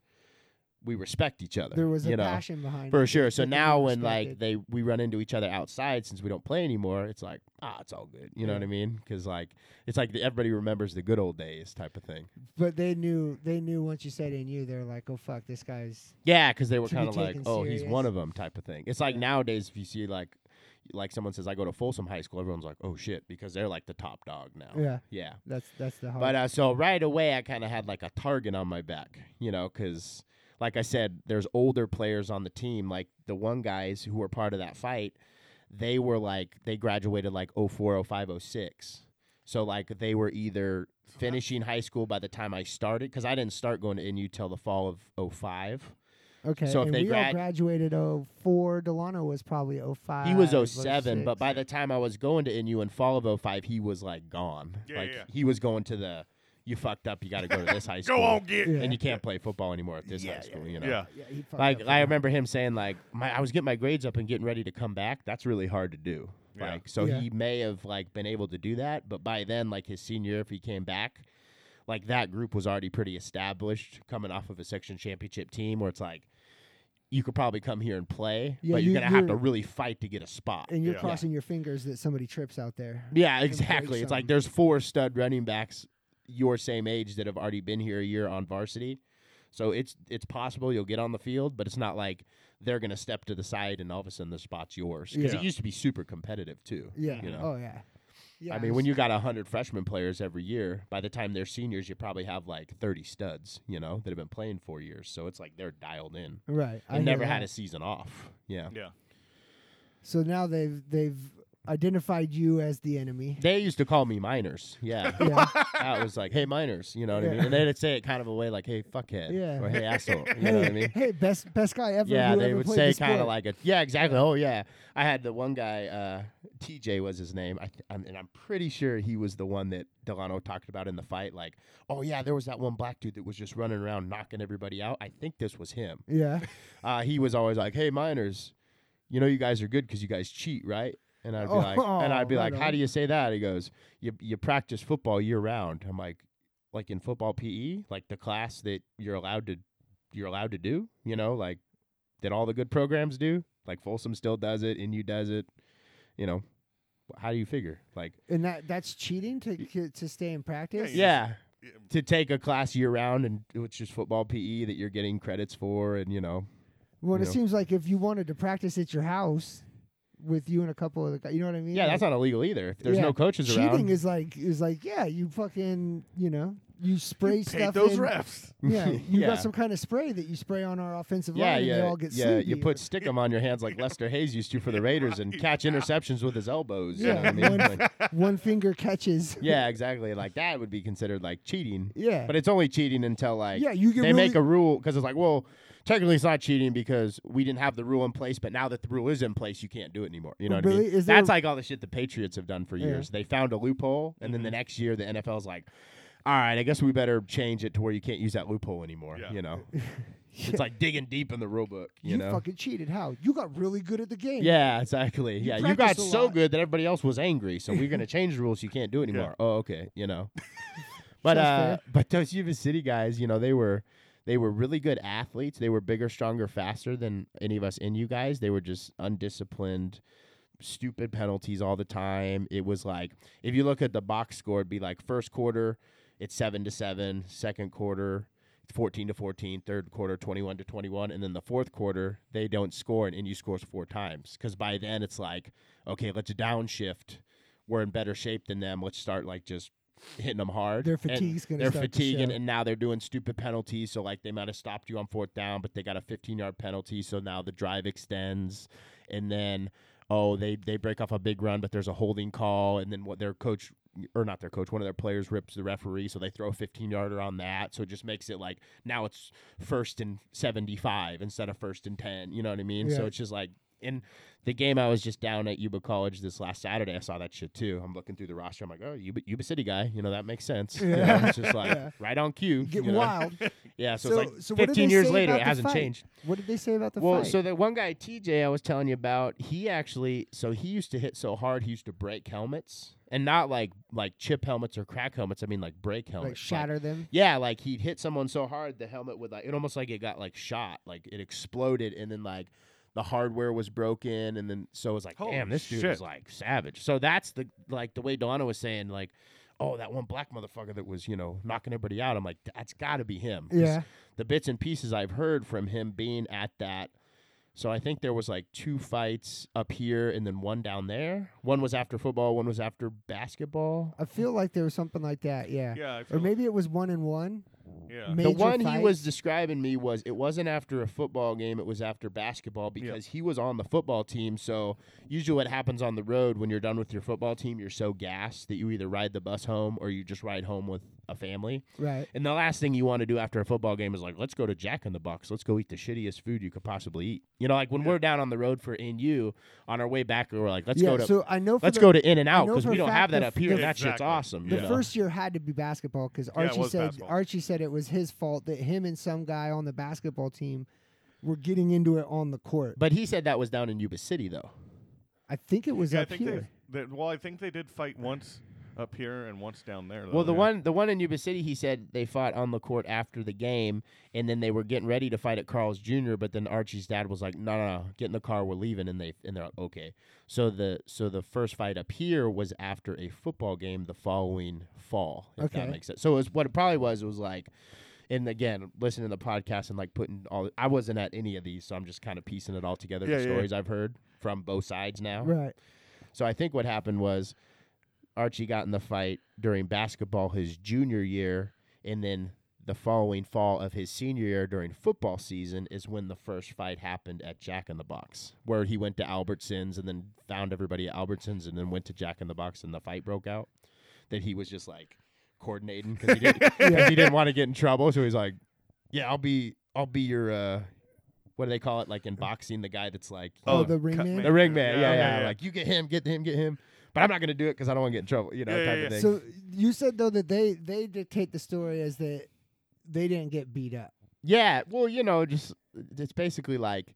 we respect each other. There was you a know? passion behind it. For sure. So that they now when like respected. they we run into each other outside since we don't play anymore, it's like ah, it's all good. You know Yeah. what I mean? Because like it's like the, everybody remembers the good old days type of thing. But they knew they knew once you said in you, they're like, oh fuck, this guy's Yeah, because they were to be kind of like, taken oh, he's one serious. of them type of thing. It's like Yeah. nowadays, if you see like, like someone says, I go to Folsom High School, everyone's like, oh shit, because they're like the top dog now. yeah. Yeah. That's that's the hard. But uh, so right away, I kind of had like a target on my back, you know, because like I said, there's older players on the team, like the one guys who were part of that fight. They were like they graduated like 04, 05, 06. So like they were either finishing high school by the time I started because I didn't start going to NU till the fall of 05. okay, so if and they we all grad- graduated oh four. Delano was probably oh five. He was 07, but by the the time I was going to NU in fall of 05, he was like gone. Yeah, like yeah. he was going to the you fucked up, you got to go to this high school. Go on, get. Yeah. And you can't play football anymore at this Yeah, high school, you know. Yeah. yeah, he fucked Like up I for- remember him saying like my I was getting my grades up and getting ready to come back. That's really hard to do. Yeah. Like so Yeah. he may have like been able to do that, but by then like his senior year if he came back, like that group was already pretty established coming off of a section championship team where it's like you could probably come here and play, Yeah, but you're you- going to have to you're- really fight to get a spot. and you're Yeah. crossing your fingers that somebody trips out there. Yeah, break exactly. something. It's like there's four stud running backs your same age that have already been here a year on varsity. So it's it's possible you'll get on the field, but it's not like they're gonna step to the side and all of a sudden the spot's yours. Because Yeah. it used to be super competitive too. Yeah. You know. Oh yeah. Yeah. I mean, when you got hundred freshman players every year, by the time they're seniors, you probably have like thirty studs, you know, that have been playing four years. So it's like they're dialed in. right, I hear never had that. a season off. Yeah. Yeah. So now they've they've identified you as the enemy. They used to call me minors. Yeah. Yeah. I was like, hey, minors, you know what I Yeah. mean? And they'd say it kind of a way like, hey, fuckhead. Yeah. Or hey, asshole. You know what I hey, mean? hey, best best guy ever. Yeah, who they ever would played say the kind of sport. like a yeah, exactly. Oh yeah, I had the one guy, uh, TJ was his name, I th- I'm, and I'm pretty sure he was the one that Delano talked about in the fight. Like, oh yeah, there was that one black dude that was just running around knocking everybody out. I think this was him. yeah. Uh, he was always like, hey, minors, you know you guys are good because you guys cheat, right? And I'd be like, and I'd be Oh, like, right how on. do you say that? He goes, you you practice football year round. I'm like, like in football PE, like the class that you're allowed to you're allowed to do, you know, like that all the good programs do. Like Folsom still does it, and you does it, you know. How do you figure? Like, And that that's cheating to ki- to stay in practice. Yes. yeah, Yeah. to take a class year round and which is football PE that you're getting credits for, and you know, Well, you it know. seems like if you wanted to practice at your house with you and a couple of the guys, you know what I mean? yeah, that's Like, not illegal either. If there's Yeah. no coaches cheating around, is like is like yeah, you fucking you know you spray Paid stuff. those in- refs. Yeah, you Yeah. got some kind of spray that you spray on our offensive Yeah, line, and they yeah, all get yeah. You sleepy. put stick 'em on your hands like Lester Hayes used to for the Raiders and catch interceptions with his elbows. you know what I mean? one, Like- one finger catches. yeah, exactly. Like that would be considered like cheating. Yeah. But it's only cheating until like Yeah, you they can make really- a rule because it's like, well, technically it's not cheating because we didn't have the rule in place, but now that the rule is in place, you can't do it anymore. You know what Really? I mean? Is there That's a- like all the shit the Patriots have done for Yeah. Mm-hmm. years. They found a loophole, and then the next year the NFL's like, all right, I guess we better change it to where you can't use that loophole anymore. Yeah. You know, it's like digging deep in the rule book. You, You, know. fucking cheated. How? You got really good at the game. yeah, exactly. yeah, you got practiced a so lot. good that everybody else was angry. So we're gonna change the rules. You can't do it anymore. Oh, okay. You know, but uh, Sounds but those Yuba City guys, you know, they were they were really good athletes. They were bigger, stronger, faster than any of us NU guys. They were just undisciplined, stupid penalties all the time. It was like if you look at the box score, it'd be like first quarter, it's seven to seven. Second quarter, it's fourteen to 14. Third quarter, twenty-one to twenty-one, and then the fourth quarter they don't score, and NU scores four times. Because by then it's like, okay, let's downshift. We're in better shape than them. Let's start like just hitting them hard. Their And fatigue's gonna Their start to fatigue, and, show. and now they're doing stupid penalties. So like they might have stopped you on fourth down, but they got a fifteen-yard penalty. So now the drive extends, and then oh they they break off a big run, but there's a holding call, and then what their coach or not their coach, one of their players rips the referee, so they throw a 15 yarder on that. So it just makes it like now it's first and 75 instead of first and 10. You know what I mean? So Yeah. it's just like in the game I was just down at Yuba College this last Saturday. I saw that shit too. I'm looking through the roster. I'm like, oh, Yuba, Yuba City guy. You know that makes sense. You know, Yeah. it's just like Yeah. right on cue. Get you know? wild. Yeah. So, so, it's like so what did 15 they years say later, about it the hasn't fight? changed. What did they say about the Well, fight? so that one guy, TJ, I was telling you about, he actually, so he used to hit so hard, he used to break helmets, and not like like chip helmets or crack helmets. I mean, like break like helmets, like- shatter them. yeah, like he'd hit someone so hard, the helmet would like it almost like it got like shot, like it exploded, and then like the hardware was broken, and then so it was like, Holy damn, this dude shit. is like savage. So that's the like the way Donna was saying like. Oh, that one black motherfucker that was, you know, knocking everybody out. I'm like, that's got to be him. 'Cause Yeah. the bits and pieces I've heard from him being at that. So I think there was like two fights up here and then one down there. One was after football, one was after basketball. I feel like there was something like that. Yeah. Yeah, I Or feel- maybe it was one and one. yeah. Major the one fight. he was describing me was it wasn't after a football game, it was after basketball because he was on the football team. So usually what happens on the road when you're done with your football team, you're so gassed that you either ride the bus home or you just ride home with a family. right. And the last thing you want to do after a football game is like, let's go to Jack in the Box. Let's go eat the shittiest food you could possibly eat. You know, like when we're down on the road for NU on our way back, we're like, let's yeah. go to so I know. For let's the, go to In and I Out know because for we a don't fact have that the up f- here. and the- that shit's Exactly. awesome. The you know? first year had to be basketball because Yeah, it Archie was said basketball. Archie said it was his fault that him and some guy on the basketball team were getting into it on the court. but he said that was down in Yuba City though. I think it was Yeah, I up think here. they, they. Well, I think they did fight once up here and once down there. Though, Well, the yeah. one the one in Yuba City, he said they fought on the court after the game, and then they were getting ready to fight at Carl's Jr. But then Archie's dad was like, "No, no, no, get in the car, we're leaving." And they and they're like, "Okay." So the so the first fight up here was after a football game the following fall. If that Okay. makes sense. So it was, what it probably was it was like. And again, listening to the podcast and like putting all, I wasn't at any of these, so I'm just kind of piecing it all together. Yeah, the yeah, yeah. stories I've heard from both sides now. Right. So I think what happened was Archie got in the fight during basketball his junior year, and then the following fall of his senior year during football season is when the first fight happened at Jack in the Box, where he went to Albertsons and then found everybody at Albertsons and then went to Jack in the Box and the fight broke out. That he was just like coordinating because he didn't, 'cause he didn't want to get in trouble, so he's like, "Yeah, I'll be, I'll be your." uh what do they call it? Like in boxing, the guy that's like, you Oh, know, the ring cut man? the ring man. Yeah, yeah. yeah, yeah. Like you get him, get him, get him. But I'm not gonna do it because I don't want to get in trouble. You know, Yeah, type yeah, of yeah. thing. So you said though that they they dictate the story as that they didn't get beat up, yeah. Well, you know, just it's basically like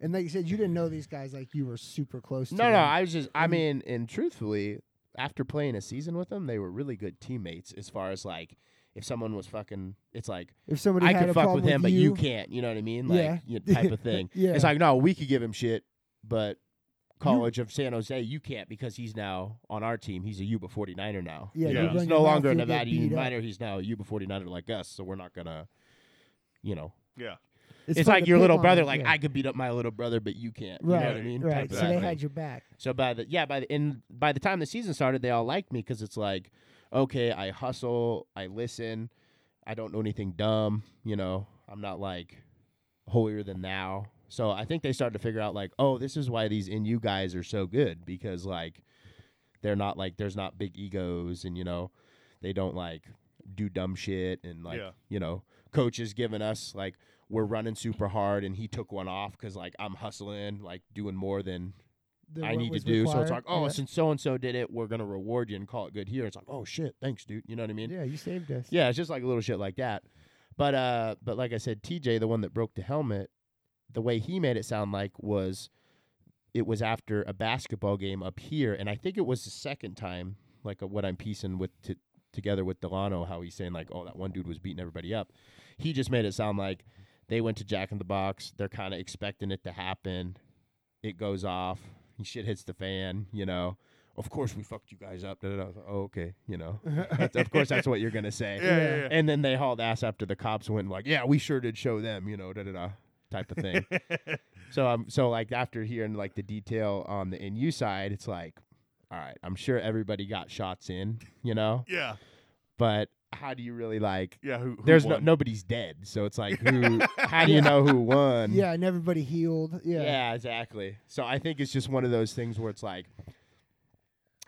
and like you said, you didn't know these guys like you were super close. to no, them. no. I was just. I Mm. mean, and truthfully, after playing a season with them, they were really good teammates. As far as like, if someone was fucking, it's like if somebody I had could a fuck problem with him, but you can't. You know what I mean? Like Yeah. you know, type of thing. Yeah. It's like no, we could give him shit, but. College of San Jose, you can't because he's now on our team. He's a Yuba 49er now. Yeah, You you know, run he's your no mouth, longer a you'll get Nevada beat Union up. minor. He's now a Yuba 49er like us, so we're not going to, you know. Yeah. It's, fun like to your pick little on brother, them, like, yeah. I could beat up my little brother, but you can't. You right, know what I mean? right. Type of So they thing. had your back. So by the yeah, by the and by the time the season started, they all liked me because it's like, okay, I hustle, I listen, I don't know anything dumb, you know, I'm not like holier than thou. So I think they started to figure out like, oh, this is why these NU guys are so good because like they're not like there's not big egos and you know they don't like do dumb shit and like Yeah. you know coach is giving us like we're running super hard and he took one off because like I'm hustling like doing more than The I what need to was do. So required. it's like, oh, yeah. since so and so did it, we're gonna reward you and call it good here. It's like, oh shit, thanks, dude. You know what I mean? yeah, you saved us. Yeah, it's just like little shit like that. But uh, but like I said, TJ, the one that broke the helmet, the way he made it sound like was it was after a basketball game up here, and I think it was the second time, like uh, what I'm piecing with t- together with Delano, how he's saying like, oh, that one dude was beating everybody up. He just made it sound like they went to Jack in the Box. They're kind of expecting it to happen. It goes off. Shit hits the fan. You know. Of course, we fucked you guys up. Da, da, da. I was like, Oh, okay. You know. That's- of course, that's what you're gonna say. Yeah, yeah, yeah. And then they hauled ass after the cops went like, yeah, we sure did show them. You know, da da da type of thing. so um, so like after hearing like the detail on the NU side, it's like, all right, I'm sure everybody got shots in. You know, yeah. but how do you really like? Yeah. Who, who There's no won? nobody's dead, so it's like who? how do you know who won? Yeah, and everybody healed. Yeah. Yeah. exactly. So I think it's just one of those things where it's like,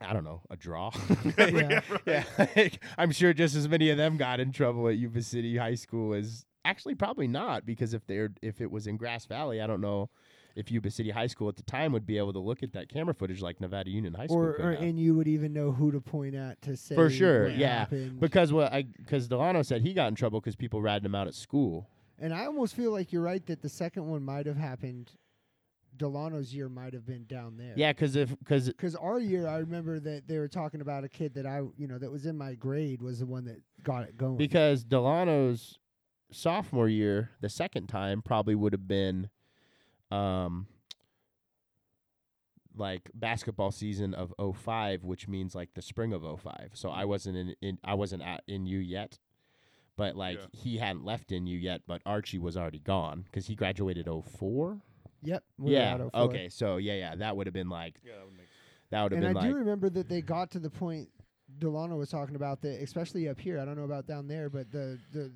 I don't know, a draw. Yeah. yeah, like, I'm sure just as many of them got in trouble at Yuba City High School as actually probably not because if they're if it was in Grass Valley, I don't know if Yuba City High School at the time would be able to look at that camera footage like Nevada Union High School Or, could or have. and you would even know who to point at to say for sure. what Yeah, happened. because what I because Delano said he got in trouble because people ratted him out at school. and I almost feel like you're right that the second one might have happened. Delano's year might have been down there. Yeah, because if because Because our year, I remember that they were talking about a kid that I, you know, that was in my grade was the one that got it going. Because Delano's sophomore year, the second time, probably would have been um like basketball season of '05, which means like the spring of '05. So Mm. I wasn't in, in I wasn't at in you yet. But like Yeah. he hadn't left in you yet, but Archie was already gone because he graduated '04. yep. we were Yeah. out of four. Okay. So yeah, yeah, that would have been like Yeah, that would make sense. that would have And I been do like remember that they got to the point Delano was talking about that, especially up here. I don't know about down there, but the the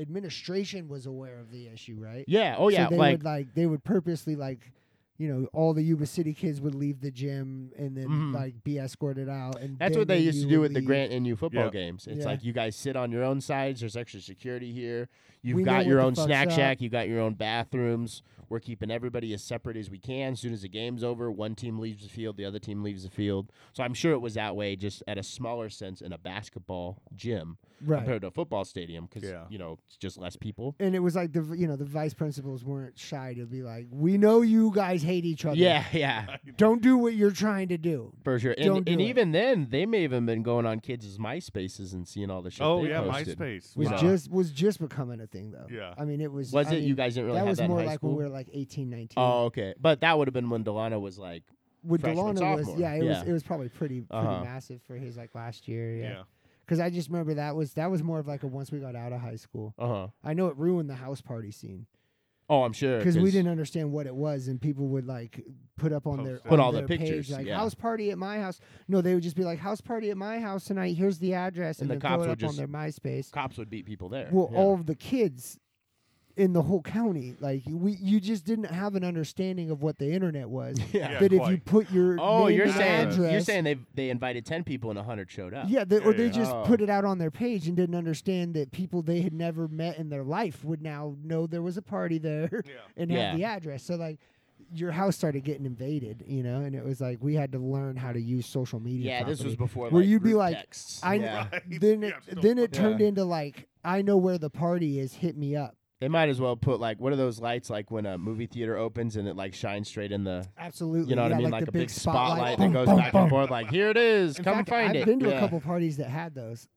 administration was aware of the issue, right? yeah, oh yeah, so they like would like they would purposely like you know all the Yuba City kids would leave the gym and then Mhm. like be escorted out and That's then what they you used to would do with the leave. Grant NU football Yeah. games. It's Yeah. like you guys sit on your own sides. There's extra security here. You've We know got what your the own fuck's snack up. shack. You got your own bathrooms. We're keeping everybody as separate as we can. As soon as the game's over, one team leaves the field, the other team leaves the field. So I'm sure it was that way, just at a smaller sense in a basketball gym right. compared to a football stadium, because Yeah. you know it's just less people. And it was like the v- you know the vice principals weren't shy to be like, we know you guys hate each other. Yeah, yeah. don't do what you're trying to do. For sure, Don't and, do and it. even then, they may have been going on kids' MySpaces and seeing all the shit. Oh they yeah, posted. MySpace. Was Wow. just was just becoming a thing though. Yeah. I mean, it was. Was I it you mean, guys didn't really that have was that in more high like school? when we were like 18, 19. Oh, okay. But that would have been when Delano was like, with freshman, Delano was sophomore. yeah, it Yeah. was it was probably pretty pretty Uh-huh. massive for his like last year. yeah. Yeah, because I just remember that was that was more of like a once we got out of high school. uh huh. I know it ruined the house party scene Oh, I'm sure. because we didn't understand what it was, and people would like put up on their Post it. on Put all the their page, pictures, like yeah. house party at my house. No, they would just be like house party at my house tonight. Here's the address, And and, the then cops throw it would up on just- their MySpace. Cops would beat people there. Well, Yeah. all of the kids in the whole county, like we, you just didn't have an understanding of what the internet was. Yeah. Yeah. that if you quite. put your Oh, name you're and saying address, you're saying they they invited ten people and hundred showed up. Yeah, they, or Yeah, they yeah. just Oh. put it out on their page and didn't understand that people they had never met in their life would now know there was a party there Yeah. and Yeah. have the address. So like your house started getting invaded, you know, and it was like we had to learn how to use social media. Yeah, this was properly. before. Where like, you'd be group like, texts. I- yeah. Right. then it, Yeah, so then it Yeah. turned into like I know where the party is, hit me up. They might as well put like what are those lights like when a movie theater opens and it like shines straight in the Absolutely. you know what yeah, I mean like, like, the a big spotlight, boom, that goes boom, back boom. and forth like here it is In come fact, find I've it. been to Yeah. a couple parties that had those,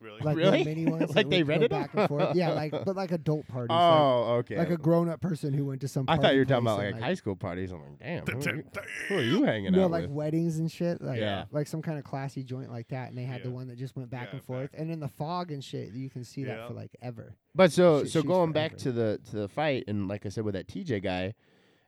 really. like Really? the mini ones, that Like they would go rented 'em? back and forth. Yeah, like but like adult parties, like- Oh, okay. like, a grown up person who went to some. I Party thought you were talking place about and, like high school parties. I'm like, damn, who are you, who are Damn. you hanging No, out like with? weddings and shit. Like, Yeah. like some kind of classy joint like that. And they had the Yeah. one that just went back Yeah, and forth. And in the fog and shit, you can see Yeah. that for like ever. But so Shit so shoots going back forever. to the to the fight and like I said with that TJ guy,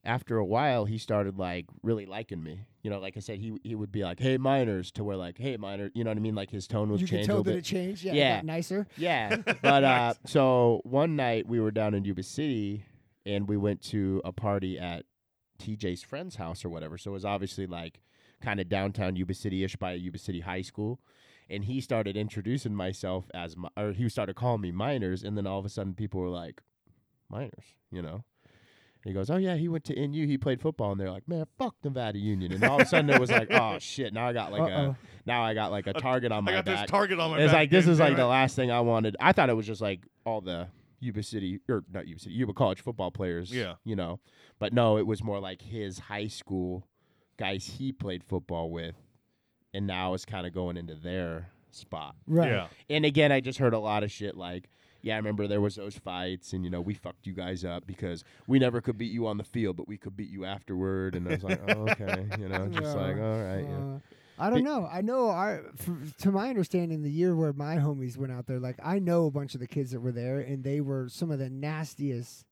after a while, he started like really liking me. You know, like I said, he he would be like, "Hey, miners," to where like, "Hey, miner," you know what I mean? Like his tone would you could change a tell little that bit. it changed. Yeah, it Yeah. got nicer. Yeah. But uh, so one night we were down in Yuba City and we went to a party at TJ's friend's house or whatever. So it was obviously like kind of downtown Yuba City ish by Yuba City High School. And he started introducing myself as, mi- or he started calling me minors. And then all of a sudden people were like, minors, you know? And he goes, Oh, yeah, he went to NU. He played football. And they're like, Man, fuck Nevada Union. And all of a sudden it was like, Oh, shit. Now I got like Uh-oh. a, now I got like a target on I Oh my got back this target on my it's back. like this again, is like the damn it. last thing I wanted. I thought it was just like all the Yuba City or not Yuba City, Yuba College football players. Yeah. you know, but no, it was more like his high school guys he played football with, and now it's kind of going into their spot. Right. Yeah. And again, I just heard a lot of shit like. Yeah, I remember there was those fights, and you know we fucked you guys up because we never could beat you on the field, but we could beat you afterward. And I was like, oh, okay, you know, just like Yeah, all right, yeah. uh, I don't know. I know our, f- to my understanding, the year where my homies went out there, like I know a bunch of the kids that were there, and they were some of the nastiest,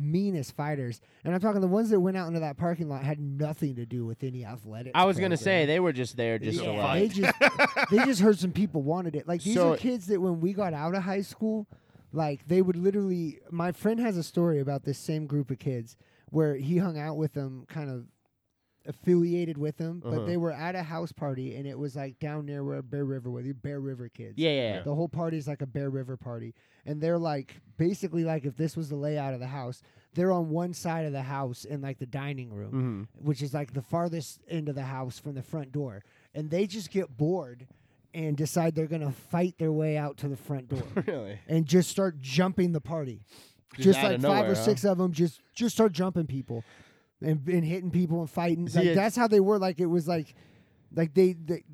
meanest fighters. And I'm talking the ones that went out into that parking lot had nothing to do with any athletics. I was gonna say program. they were just there just to yeah, like they just they just heard some people wanted it. Like these So- are kids that when we got out of high school, like they would literally. My friend has a story about this same group of kids where he hung out with them, kind of affiliated with them, Uh-huh. but they were at a house party and it was like down near where Bear River was. The Bear River kids. yeah, yeah, yeah. The whole party's like a Bear River party. And they're like basically like if this was the layout of the house, they're on one side of the house in like the dining room Mm-hmm. which is like the farthest end of the house from the front door. And they just get bored and decide they're going to fight their way out to the front door Really? and just start jumping the party. Just Just, out like of five nowhere, or huh? six of them just just start jumping people and, and hitting people and fighting. See, like it- that's how they were like it was like like they, they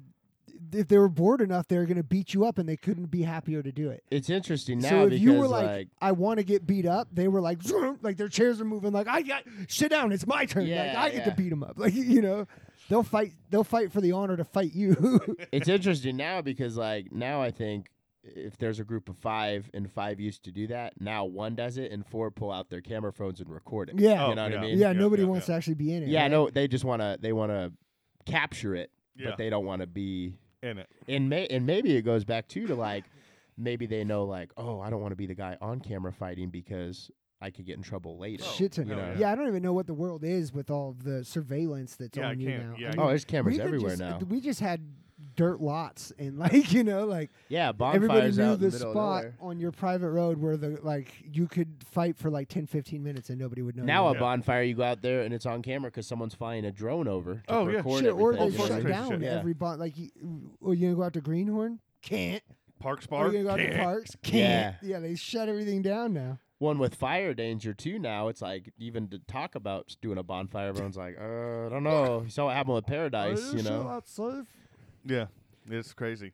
if they were bored enough they were going to beat you up and they couldn't be happier to do it. It's interesting now So if because you were like, like, I want to get beat up, they were like, like their chairs are moving. Like I got sit down. It's my turn. like Yeah, I get to yeah. beat them up. Like you know, they'll fight. They'll fight for the honor to fight you. it's interesting now because like now I think if there's a group of five and five used to do that, now one does it and four pull out their camera phones and record it. yeah, You know what I Oh, yeah. mean? yeah. Nobody yeah, wants yeah. to actually be in it. Oh, Yeah, right? no, they just wanna they wanna capture it, Yeah. but they don't wanna be in it. and may and maybe it goes back too to like maybe they know like, oh, I don't want to be the guy on camera fighting because I could get in trouble later. Shit to Oh, no, know. yeah. Yeah, I don't even know what the world is with all the surveillance that's Yeah, I on you can't- now. yeah, I I mean, Oh, there's cameras we could everywhere just- uh, now. We just had dirt lots and like you know like Yeah, everybody bonfires knew out in the, the middle of spot nowhere. on your private road where the like you could fight for like 10 15 minutes and nobody would know Now you. a bonfire, you go out there and it's on camera because someone's flying a drone over. To Oh, yeah. record Shit, or everything, they Oh, you know? fuck shut crazy down shit. Yeah. every bond. Like, you, are you gonna go out to Greenhorn? Can't. Oh, Parks Are Bar. you gonna go out to Can't. Parks? Can't. Yeah. they shut everything down now. One with fire danger too. Now it's like even to talk about s- doing a bonfire, everyone's like, uh, I don't know. You saw what happened with Paradise, you know? safe? Yeah, it's crazy.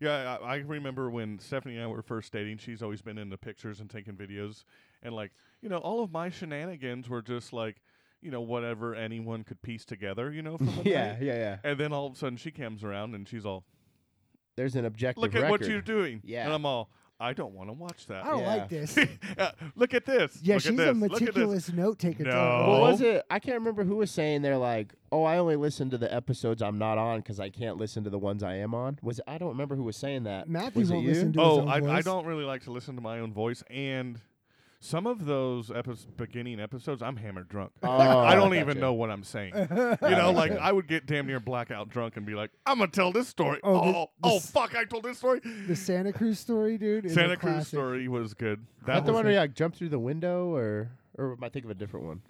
Yeah, I, I remember when Stephanie and I were first dating. She's always been into pictures and taking videos, and like you know, all of my shenanigans were just like you know whatever anyone could piece together. You know, from the Yeah, yeah, night. yeah. And then all of a sudden she comes around and she's all, There's an objective "Look at record. what you're doing." Yeah. And I'm all, "I don't want to watch that." I don't Yeah. like this. Uh, Look at this. Yeah, Look at she's this. a Look at this. meticulous note taker. too. No. What was Oh. it? I can't remember who was saying they're like, oh, I only listen to the episodes I'm not on because I can't listen to the ones I am on. Was it, I don't remember who was saying that. Matthew was it won't you? listen to his Oh, own I, I voice. don't really like to listen to my own voice, and some of those epis beginning episodes, I'm hammered drunk. Like, Oh, I don't gotcha. even know what I'm saying. you know, like gotcha. I would get damn near blackout drunk and be like, "I'm gonna tell this story." Oh, Oh, the- oh, the s- fuck! I told this story. The Santa Cruz story, dude. Is Santa a Cruz classic. story was good. That That the was one where you like, jumped through the window or, or am I thinking of a different one?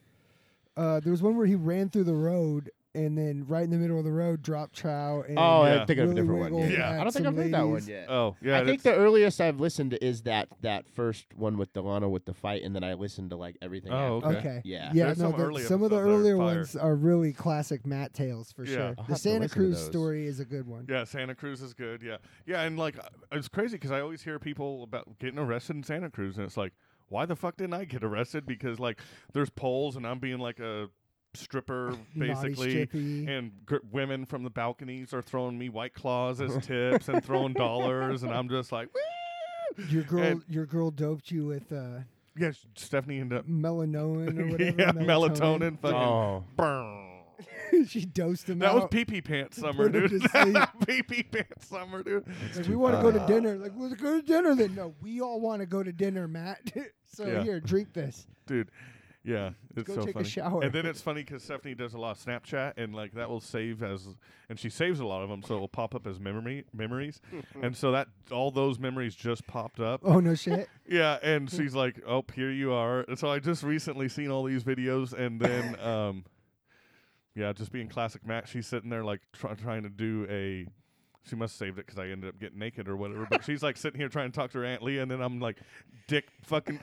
Uh, there was one where he ran through the road and then right in the middle of the road dropped Chow. And Oh, Yeah. I'm thinking of a Willy different one. Wiggle yeah. Uh, had Yeah. I don't think some I've heard that one ladies. yet. Oh yeah, I think the that's- earliest I've listened to is that that first one with Delano with the fight, and then I listened to like everything. Oh, after. Okay. Okay. Yeah. Yeah. There's no, some the- early some of the episodes that are earlier fire. ones are really classic Matt tales for Yeah. I'll sure. have The to Santa listen to Cruz those. story is a good one. yeah, Santa Cruz is good. Yeah, yeah, and like uh, it's crazy because I always hear people about getting arrested in Santa Cruz, and it's like, why the fuck didn't I get arrested? Because like there's polls, and I'm being like a stripper Naughty, basically. strippy. and gr- women from the balconies are throwing me white claws as tips and throwing dollars, and I'm just like, "Woo!" Your girl, And- your girl doped you with uh, Yes, Stephanie ended up. Melanoin or whatever. yeah, melatonin. fucking. Oh. burn. she dosed him That was out. pee pee pants summer, Put him dude. to sleep. pee pee pants summer, dude. Like, we want to go to dinner. Like, let's go to dinner then. No, we all want to go to dinner, Matt. so Yeah. here, drink this. Dude, yeah, it's go so take a funny. shower. And then it's funny because Stephanie does a lot of Snapchat, and like that will save as, and she saves a lot of them, so it will pop up as memory memories, and so that all those memories just popped up. Oh no, shit. Yeah, and she's like, "Oh, here you are." And so I just recently seen all these videos, and then, um, yeah, just being classic Matt, she's sitting there like try trying to do a. She must have saved it because I ended up getting naked or whatever. But she's like sitting here trying to talk to her aunt Leah, and then I'm like, dick fucking.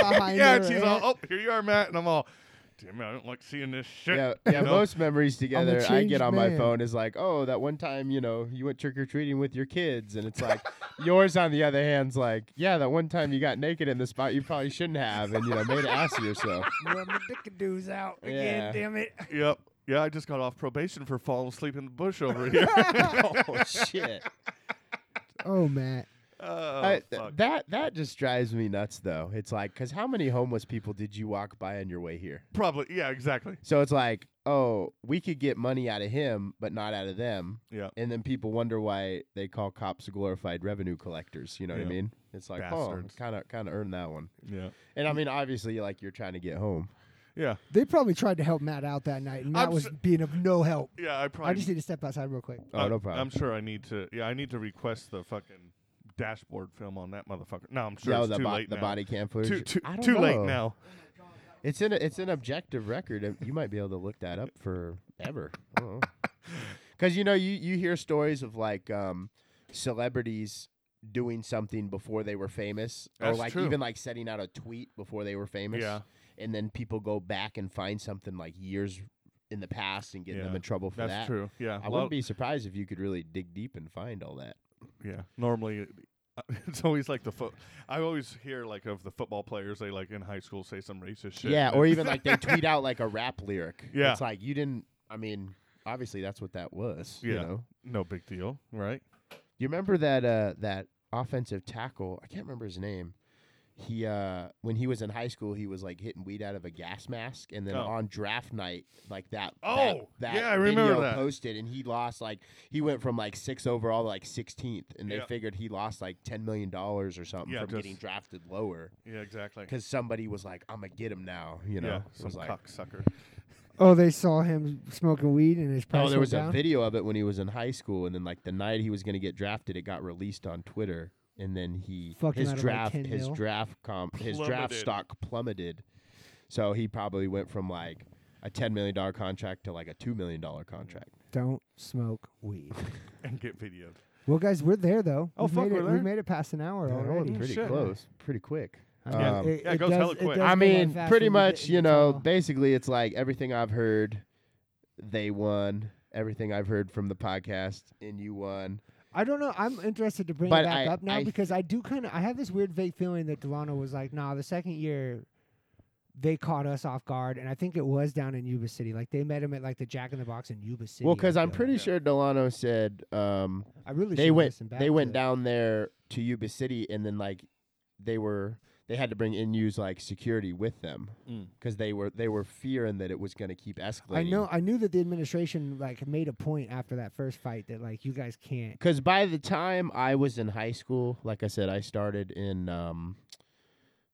Behind yeah, her and she's aunt. all, "Oh, here you are, Matt," and I'm all, "Damn it, I don't like seeing this shit." Yeah, you yeah. know? Most memories together I changed get on man. my phone is like, oh, that one time you know you went trick or treating with your kids, and it's like yours on the other hand's like, yeah, that one time you got naked in the spot you probably shouldn't have, and you know made an ass of yourself. Rub my dickadoo's out again. Yeah. Damn it. Yep. Yeah, I just got off probation for falling asleep in the bush over here. oh shit! Oh, Matt. oh, I- th- fuck. that that just drives me nuts though. It's like, cause how many homeless people did you walk by on your way here? Probably. Yeah, exactly. So it's like, oh, we could get money out of him, but not out of them. Yeah. And then people wonder why they call cops glorified revenue collectors. You know Yeah. what I mean? It's like, Bastards. oh, kind of, kind of earned that one. Yeah. And I mean, obviously, like you're trying to get home. Yeah. They probably tried to help Matt out that night, and Matt I'm was s- being of no help. Yeah, I probably I just need to step outside real quick. Oh, Uh, no problem. I'm sure I need to. Yeah, I need to request the fucking dashboard film on that motherfucker. No, I'm sure no, it's the, too bo- late the now. body cam footage. Too too, I don't too late know. now. It's an it's an objective record. and You might be able to look that up forever. Because you know you you hear stories of like um, celebrities doing something before they were famous, That's or like true. even like sending out a tweet before they were famous. Yeah. and then people go back and find something like years in the past and get Yeah, them in trouble for That's that. true. Yeah, I well, wouldn't be surprised if you could really dig deep and find all that. Yeah, normally. it- It's always like the foot. I always hear like of the football players. They like in high school say some racist shit. Yeah, or even like they tweet out like a rap lyric. Yeah. it's like you didn't. I mean, obviously that's what that was. Yeah. you know. no big deal, right? You remember that uh, that offensive tackle? I can't remember his name. He uh, when he was in high school, he was like hitting weed out of a gas mask, and then Oh. on draft night, like that. that, Oh, that yeah, I remember video that. Posted, and he lost like he went from like sixth overall to like sixteenth, and they Yeah. figured he lost like ten million dollars or something Yeah, from getting just- drafted lower Yeah, exactly. because somebody was like, "I'm gonna get him now," you know. yeah, It some was like, cocksucker. Oh, they saw him smoking weed, and his price Oh, there went was down. a video of it when he was in high school, and then like the night he was going to get drafted, it got released on Twitter, and then he Fucked him his out of, like, draft 10 his mil. draft comp his draft Plummeted. stock plummeted, so he probably went from like a ten million dollar contract to like a two million dollar contract. Don't smoke weed. and get videoed. well, guys, we're there though. Oh, we've fuck, made we're it, there? We've made it past an hour Yeah, already. pretty shit. close, pretty quick. I mean, Um, Yeah, it goes hella it does quick. I go by mean, fast pretty when you get- much, you you know, tell. basically it's like everything I've heard, they won. Everything I've heard from the podcast, and you won. I don't know. I'm interested to bring it But back I- up now I- because I do kind of. I have this weird vague feeling that Delano was like, "Nah, the second year, they caught us off guard," and I think it was down in Yuba City. Like they met him at like the Jack in the Box in Yuba City. Well, I because I'm feel. pretty Yeah. sure Delano said um, I really they should went listen back they to went it. down there to Yuba City and then like they were they had to bring NU's like security with them Mm. because they were they were fearing that it was going to keep escalating. I know. I knew that the administration like made a point after that first fight that like you guys can't. because by the time I was in high school, like I said, I started in um,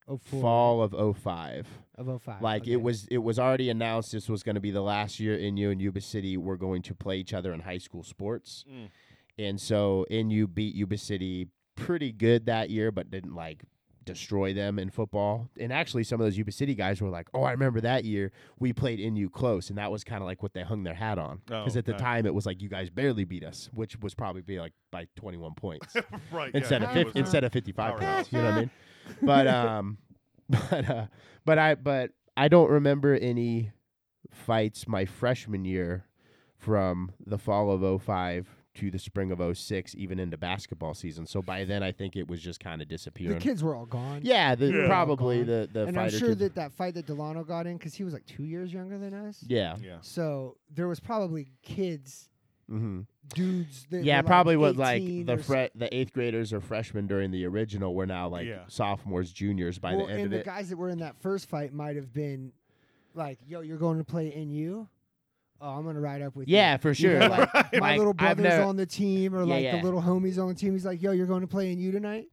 Oh, four fall of 05. of 05. Like okay. it was it was already announced this was going to be the last year NU and Yuba City were going to play each other in high school sports. Mm. And so NU beat Yuba City pretty good that year, but didn't like destroy them in football. And actually, some of those Yuba City guys were like, "Oh, I remember that year we played NU close," and that was kind of like what they hung their hat on because Oh, at the nice. time it was like you guys barely beat us, which was probably be like by twenty one points Right. instead yeah, of it 50, was- instead of 55 powerhouse. pounds. You know what I mean? But um, but uh, but I but I don't remember any fights my freshman year from the fall of 05 to the spring of 06, even into basketball season. So by then, I think it was just kind of the disappearing. kids were all gone. yeah, the, Yeah. probably Gone. the the and I'm fighter. sure kids- that that fight that Delano got in because he was like two years younger than us. yeah. Yeah. So there was probably kids Mm-hmm. dudes. That Yeah, were, probably like what like 18 the or s- fre- the eighth graders or freshmen during the original were now like Yeah. sophomores, juniors by well, the end and of the it. guys that were in that first fight might have been like, "Yo, you're going to play NU? Oh, I'm gonna ride up with you." yeah, for You sure. know, like, my like, little I've brother's never- on the team, or Yeah, like yeah. the little homies on the team. He's like, "Yo, you're going to play NU tonight?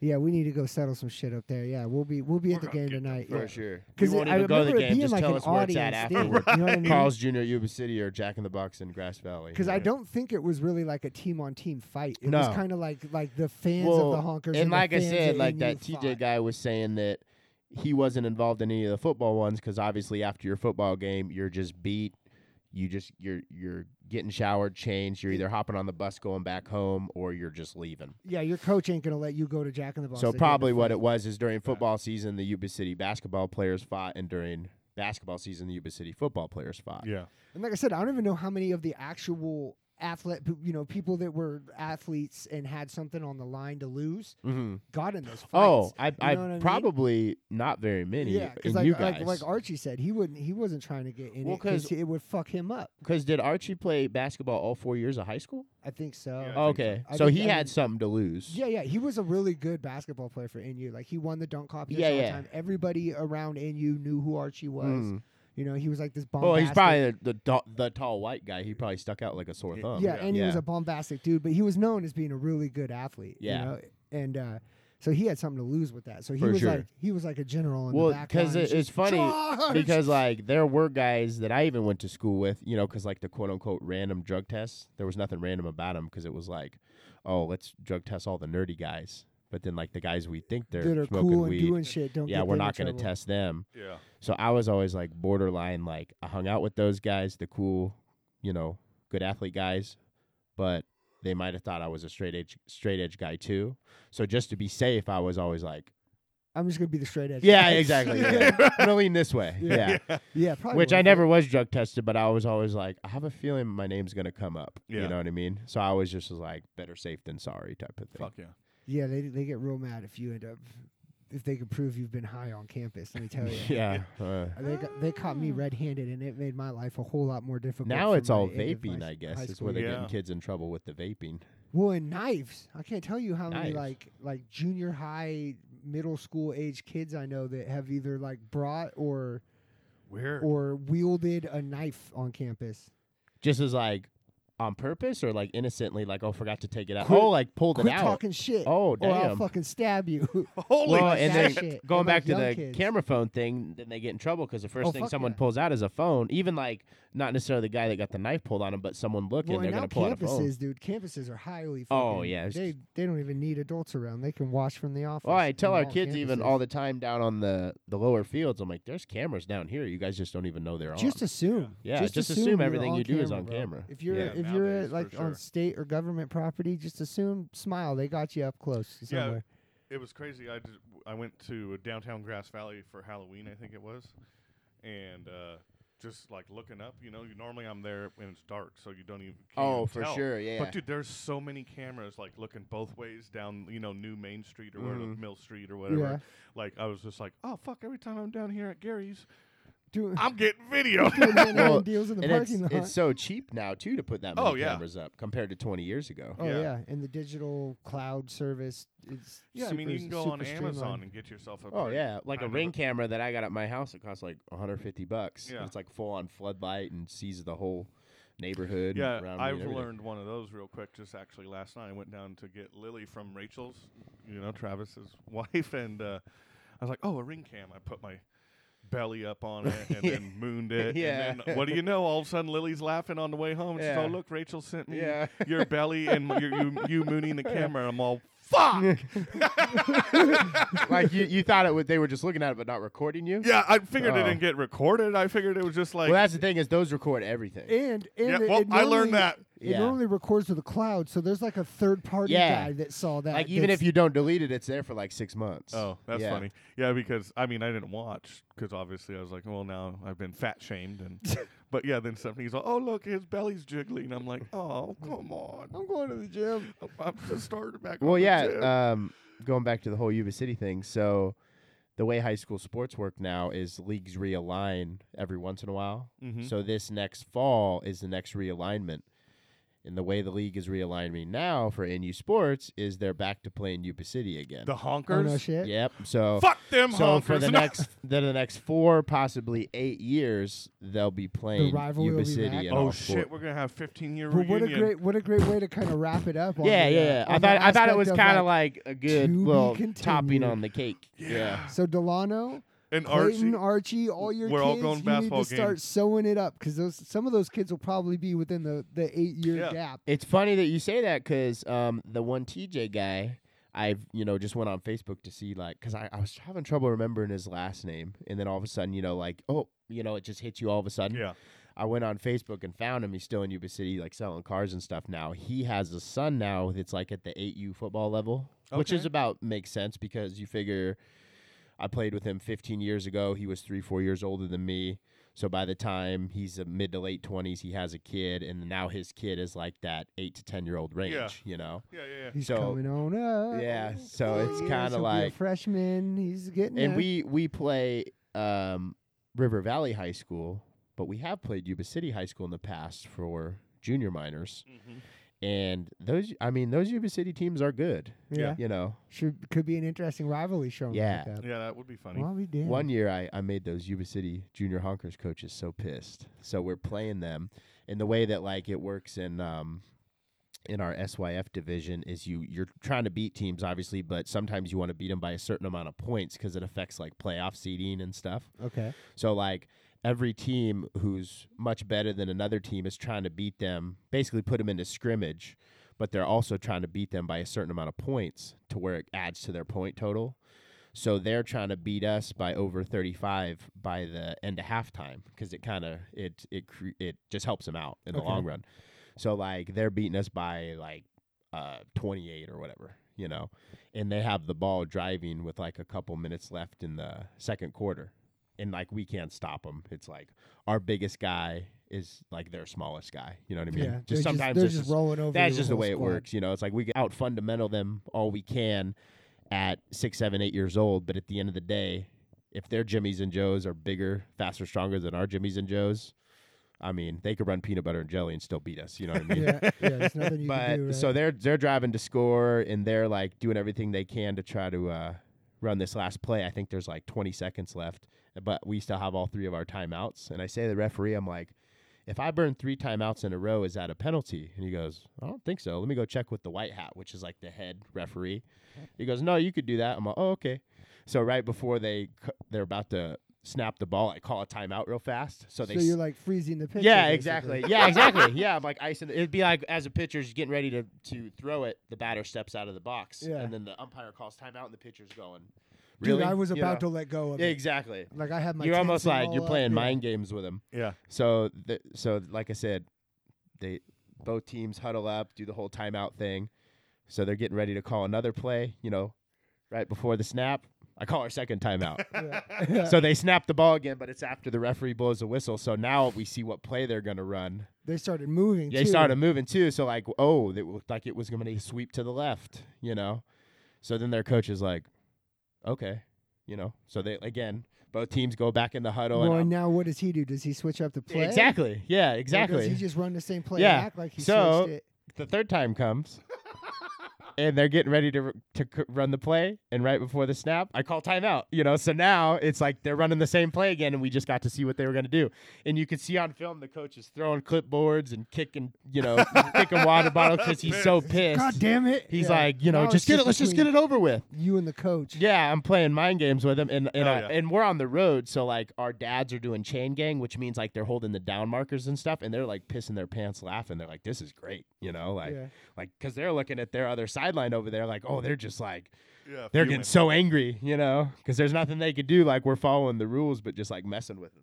Yeah, we need to go settle some shit up there. Yeah, we'll be we'll be at We're the gonna game get tonight. for yeah. sure. We Because won't I even go to remember the it game. being Just like tell an us where it's at audience thing. afterwards. You know what I mean? Carl's Jr., Yuba City, or Jack in the Box in Grass Valley. Because I Yeah. don't think it was really like a team on team fight. It was No. kind of like like the fans of the honkers And, the like I fans said, of like NU that TJ fought. guy was saying that he wasn't involved in any of the football ones because obviously after your football game, you're just beat. You just you're you're getting showered, changed. You're either hopping on the bus going back home or you're just leaving. Yeah, your coach ain't gonna let you go to Jack in the Box. so probably what it was is during football season, the Yuba City basketball players fought, and during basketball season, the Yuba City football players fought. Yeah. And like I said, I don't even know how many of the actual athlete, you know, people that were athletes and had something on the line to lose Mm-hmm. got in those fights. Oh, I, I, know what I mean? probably not very many. yeah, in because like, you like guys. like Archie said, he wouldn't he wasn't trying to get in Well, it because 'cause- it would fuck him up. Because did Archie play basketball all four years of high school? I think so. Yeah. Yeah. I think okay, so. I so think- he I had mean- something to lose. Yeah, he was a really good basketball player for NU. Like he won the dunk competition Yeah, all the yeah. time. Everybody around NU knew who Archie was. Mm. You know, he was like this bomb. Well, he's probably the, the ta- the tall white guy. He probably stuck out like a sore Yeah. thumb. yeah, and he was Yeah. a bombastic dude, but he was known as being a really good athlete. Yeah. you know? and uh, so he had something to lose with that. So he For was sure. like he was like a general. In Well, because because it, it's funny "Charge!" because like there were guys that I even went to school with, you know, because like the quote unquote random drug tests, there was nothing random about them because it was like, oh, let's drug test all the nerdy guys, but then like the guys we think they're that are smoking cool weed, and doing shit. Don't yeah, get we're them in not going to trouble. test them. Yeah. So I was always like borderline, like I hung out with those guys, the cool, you know, good athlete guys, but they might have thought I was a straight edge straight edge guy too. So just to be safe, I was always like, I'm just gonna be the straight edge. yeah, guy. exactly, yeah. I'm gonna lean this way, Yeah. yeah. yeah, probably Which worth I it. never was drug tested, but I was always like, I have a feeling my name's gonna come up. Yeah. You know what I mean? So I was just was like, better safe than sorry type of thing. Fuck yeah. Yeah, they they get real mad if you end up if they could prove you've been high on campus. Let me tell you. Yeah. Ah. uh, They, got, they caught me red-handed, and it made my life a whole lot more difficult. now for it's all my end of my vaping, s- I high guess, is school where they're years. Yeah. getting kids in trouble with the vaping. Well, and knives. I can't tell you how many Knives. like like junior high, middle school age kids I know that have either like brought or Weird. or wielded a knife on campus. just as like on purpose or like innocently, like oh forgot to take it out. Quit- oh, like pulled Quit it out. talking shit. Oh Or I'll damn. fucking stab you. Holy well, like and that then shit. going And, back like, to young the kids. camera phone thing, then they get in trouble because the first Oh, thing fuck someone yeah. pulls out is a phone. Even like not necessarily the guy that got the knife pulled on him, but someone looking, well, and they're now gonna pull out a phone. campuses, dude, campuses are highly. Fucking, Oh, yeah, it's they they don't even need adults around. They can watch from the office. Well, I tell on our all kids even all campuses. the time down on the the lower fields. I'm like, there's cameras down here. You guys just don't even know they're Just on. assume. Yeah, just assume you're everything on you do is camera, on bro. camera. If you're Yeah. if you're Nowadays, uh, for like sure. on state or government property, just assume smile. They got you up close Yeah, somewhere. it was crazy. I, did, I went to downtown Grass Valley for Halloween, I think it was, and uh, just like looking up, you know, you, normally I'm there when it's dark, so you don't even. can't oh, even for tell. sure. Yeah. But dude, there's so many cameras like looking both ways down, you know, New Main Street or whatever, Mhm. Mill Street or whatever. Like I was just like, oh fuck! Every time I'm down here at Gary's, Doing I'm getting video. doing hand-to-hand Well, deals in the and it's, parking lot. it's so cheap now too to put that many Oh, yeah. cameras up compared to 20 years ago. oh yeah. yeah. and the digital cloud service. It's yeah, I mean, super- you can go super on streamlined. Amazon and get yourself a. Oh pretty- yeah, like I a know ring it. camera that I got at my house. It costs like 150 bucks. Yeah. Yeah. It's like full on floodlight and sees the whole neighborhood. Yeah, around me and I've everything. learned one of those real quick. Just actually last night, I went down to get Lily from Rachel's, you know, Travis's wife, and uh, I was like, "Oh, a ring cam." I put my belly up on it and then mooned it. Yeah. And then, what do you know? All of a sudden, Lily's laughing on the way home. And Yeah. She's, oh, look, Rachel sent me Yeah. your belly and your, you you mooning the camera. And I'm all fuck. like you, you thought it would. They were just looking at it, but not recording you. yeah, I figured it Oh. didn't get recorded. I figured it was just like well, that's the thing is those record everything. And, and Yeah, it- well, it I learned normally- that. It Yeah. normally records to the cloud, so there's like a third party Yeah. guy that saw that. like even that's- if you don't delete it, it's there for like six months. Oh, that's Yeah. funny. Yeah, because I mean, I didn't watch because obviously I was like, well, now I've been fat shamed, and but yeah, then Stephanie's like, oh look, his belly's jiggling. I'm like, oh come on, I'm going to the gym. I'm- I'm just starting back. Well, on the yeah. gym." Um, going back to the whole Yuba City thing. So, the way high school sports work now is leagues realign every once in a while. Mhm. So this next fall is the next realignment, And the way the league is realigning me now for NU sports is they're back to playing Yuba City again. The honkers. Oh no shit. Yep. So Fuck them so honkers. for the No. next then the next four, possibly eight years, they'll be playing rivalry will Yuba be City. back. and Oh all four- shit, we're gonna have 15 year Well, what reunion. a great what a great way to kind of wrap it up. on Yeah, the, yeah, uh, yeah. I on the thought I thought it aspect was of, uh, kind of like- like a good to be little topping continued. on the cake. Yeah. so Delano, and Clayton, Archie. Archie, all your We're all kids. going you basketball need to start games. sewing it up because those some of those kids will probably be within the the eight year Yeah. gap. It's funny that you say that because um, the one TJ guy, I've you know just went on Facebook to see like because I, I was having trouble remembering his last name, and then all of a sudden you know like oh you know it just hits you all of a sudden. Yeah. I went on Facebook and found him. He's still in Yuba City, like selling cars and stuff. Now he has a son now that's like at the eight U football level, which is Okay. about makes sense because you figure I played with him 15 years ago. He was three, four years older than me. So by the time he's a mid to late 20s, he has a kid, and now his kid is like that eight to 10 year old range, you know? Yeah, yeah, yeah. He's So- coming on up. Yeah. So it's Yes, kind he'll of Oh, be like a freshman. He's getting and there. we we play um, River Valley High School, but we have played Yuba City High School in the past for junior minors, Mm-hmm. and those I mean those Yuba City teams are good. yeah, You know, should could be an interesting rivalry showing. Yeah. Like that. Yeah, that would be funny. Well, we did. one year I, I made those Yuba City junior honkers coaches so pissed. So we're playing them, and the way that like it works in um, in our SYF division is you you're trying to beat teams obviously, but sometimes you want to beat them by a certain amount of points because it affects like playoff seeding and stuff. Okay. So like every team who's much better than another team is trying to beat them, basically put them into scrimmage, but they're also trying to beat them by a certain amount of points to where it adds to their point total. So they're trying to beat us by over 35 by the end of halftime because it kind of it it cre- it just helps them out in the Okay. long run. So like they're beating us by like uh 28 or whatever, you know. And they have the ball driving with like a couple minutes left in the second quarter. And like we can't stop them. It's like our biggest guy is like their smallest guy. You know what I mean? Yeah. they're just sometimes they're it's just just- rolling over. that's your just the whole way it squad. works. You know, it's like we out fundamental them all we can at six, seven, eight years old. But at the end of the day, if their Jimmys and Joes are bigger, faster, stronger than our Jimmys and Joes, I mean, they could run peanut butter and jelly and still beat us. You know what I mean? yeah, yeah. There's nothing you but can do. Right? so they're they're driving to score and they're like doing everything they can to try to uh, run this last play. I think there's like 20 seconds left, but we still have all three of our timeouts. And I say to the referee, I'm like, if I burn three timeouts in a row, is that a penalty? And he goes, I don't think so. Let me go check with the white hat, which is like the head referee. He goes, No, you could do that. I'm like, Oh, okay. So right before they c- they're about to snap the ball, I call a timeout real fast. So they so s- you're like freezing the pitch. yeah, exactly. Yeah, exactly. Yeah, I'm like icing. It'd be like as a pitcher's getting ready to to throw it, the batter steps out of the box, Yeah. and then the umpire calls timeout, and the pitcher's going. Dude, Really? I was You about know? to let go of Yeah, it. exactly. Like I had my. you're almost tension like you're all playing up. mind games with them. Yeah. So, th- so like I said, they both teams huddle up, do the whole timeout thing. So they're getting ready to call another play. You know, right before the snap, I call our second timeout. Yeah. so they snap the ball again, but it's after the referee blows the whistle. So now we see what play they're gonna run. they started moving. They too. started moving too. So like, oh, it looked like it was going to sweep to the left, you know. So then their coach is like, okay, you know. So they again, both teams go back in the huddle Well, and and now what does he do? Does he switch up the play? exactly, Or yeah, Does he exactly. just run the same play Yeah. and act like he So- switched it? The third time comes, and they're getting ready to r- to c- run the play, and right before the snap, I call timeout, you know. So now it's like they're running the same play again, and we just got to see what they were going to do, and you could see on film the coach is throwing clipboards and kicking, you know, kicking water bottles because he's so pissed. God damn it! He's Yeah. like, you know, Now it's just get it. Let's just get between it over with. You and the coach. Yeah, I'm playing mind games with him, and and, Hell I- yeah. and we're on the road, so like our dads are doing chain gang, which means like they're holding the down markers and stuff, and they're like pissing their pants laughing. They're like, "This is great," you know, like Yeah. like because they're looking at their other sideline over there, like, "Oh, they're just like Yeah. they're feeling. getting so angry," you know, because there's nothing they could do. Like we're following the rules, but just like messing with them.